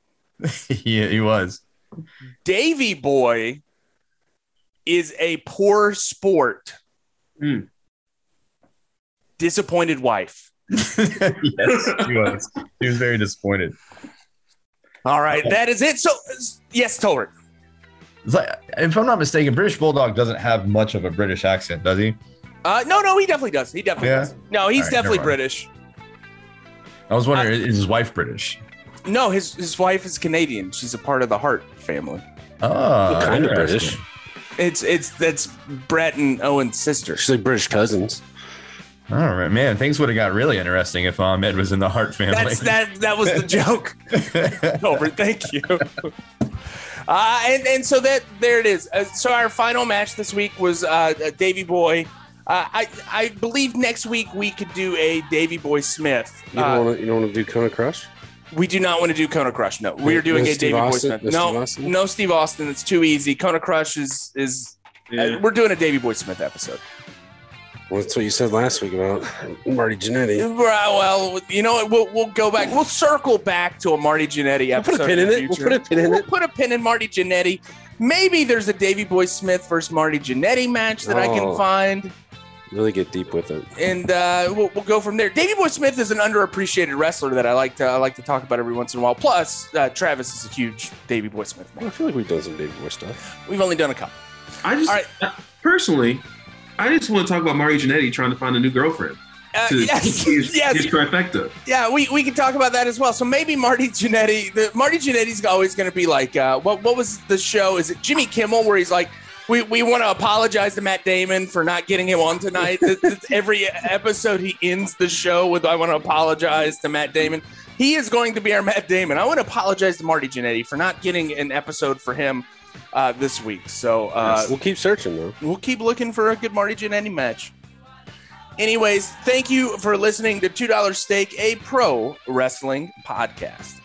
[SPEAKER 3] he, he was.
[SPEAKER 1] Davy Boy is a poor sport.
[SPEAKER 4] Hmm.
[SPEAKER 1] Disappointed wife.
[SPEAKER 3] yes, he was. He was very disappointed.
[SPEAKER 1] All right, that is it. So, yes, Tolbert.
[SPEAKER 3] It's like, if I'm not mistaken, British Bulldog doesn't have much of a British accent, does he?
[SPEAKER 1] Uh, no, no, he definitely does. He definitely
[SPEAKER 3] Yeah?
[SPEAKER 1] does. No, he's
[SPEAKER 3] All right,
[SPEAKER 1] definitely
[SPEAKER 3] never mind.
[SPEAKER 1] British.
[SPEAKER 3] I was wondering, is his wife British?
[SPEAKER 1] No, his his wife is Canadian. She's a part of the Hart family.
[SPEAKER 3] Oh,
[SPEAKER 2] What kind of British?
[SPEAKER 3] interesting.
[SPEAKER 1] It's it's that's Brett and Owen's sister.
[SPEAKER 2] She's like British cousins.
[SPEAKER 3] All right, man. Things would have got really interesting if Ahmed was in the Hart family.
[SPEAKER 1] That's that. That was the joke. Over. Thank you. Uh, and and so that there it is. Uh, so our final match this week was uh, Davy Boy. Uh, I I believe next week we could do a Davy Boy Smith.
[SPEAKER 2] You
[SPEAKER 1] Uh,
[SPEAKER 2] don't want to. You don't want to do Kona Crush.
[SPEAKER 1] we do not want to do Kona Crush. No, we are doing
[SPEAKER 2] No
[SPEAKER 1] a
[SPEAKER 2] Steve
[SPEAKER 1] Davy Boy
[SPEAKER 2] Austin?
[SPEAKER 1] Smith.
[SPEAKER 2] No Steve
[SPEAKER 1] No,
[SPEAKER 2] Austin?
[SPEAKER 1] no Steve Austin. It's too easy. Kona Crush is is uh,
[SPEAKER 4] Yeah.
[SPEAKER 1] we're doing a Davy Boy Smith episode.
[SPEAKER 2] Well, that's what you said last week about Marty Jannetty.
[SPEAKER 1] Right, Uh, well, you know what? We'll, we'll go back. We'll circle back to a Marty Jannetty
[SPEAKER 2] We'll put
[SPEAKER 1] episode.
[SPEAKER 2] a pin in
[SPEAKER 1] the
[SPEAKER 2] it. We'll
[SPEAKER 1] future.
[SPEAKER 2] put a pin in
[SPEAKER 1] We'll
[SPEAKER 2] it.
[SPEAKER 1] put a pin in Marty Jannetty. Maybe there's a Davy Boy Smith versus Marty Jannetty match that I can
[SPEAKER 2] Oh.
[SPEAKER 1] find,
[SPEAKER 2] Really get deep with it.
[SPEAKER 1] and uh, we'll, we'll go from there. Davy Boy Smith is an underappreciated wrestler that I like to I like to talk about every once in a while. Plus, uh, Travis is a huge Davy Boy Smith. fan.
[SPEAKER 2] I feel like we've done some David Moore stuff.
[SPEAKER 1] We've only done a couple.
[SPEAKER 4] I just,
[SPEAKER 1] All right.
[SPEAKER 4] personally, I just want to talk about Mari Jannetty trying to find a new girlfriend.
[SPEAKER 1] Uh,
[SPEAKER 4] To
[SPEAKER 1] yes,
[SPEAKER 4] his,
[SPEAKER 1] yes,
[SPEAKER 4] his trifecta.
[SPEAKER 1] yeah. We, we can talk about that as well. So maybe Marty Jannetty, the Marty Jannetty's always going to be like, uh, what what was the show? Is it Jimmy Kimmel where he's like, we, we want to apologize to Matt Damon for not getting him on tonight. That- that's every episode he ends the show with, I want to apologize to Matt Damon. He is going to be our Matt Damon. I want to apologize to Marty Jannetty for not getting an episode for him uh, this week. So uh,
[SPEAKER 2] we'll keep searching though.
[SPEAKER 1] we'll keep looking for a good Marty Jannetty match. Anyways, thank you for listening to $2 Steak, a pro wrestling podcast.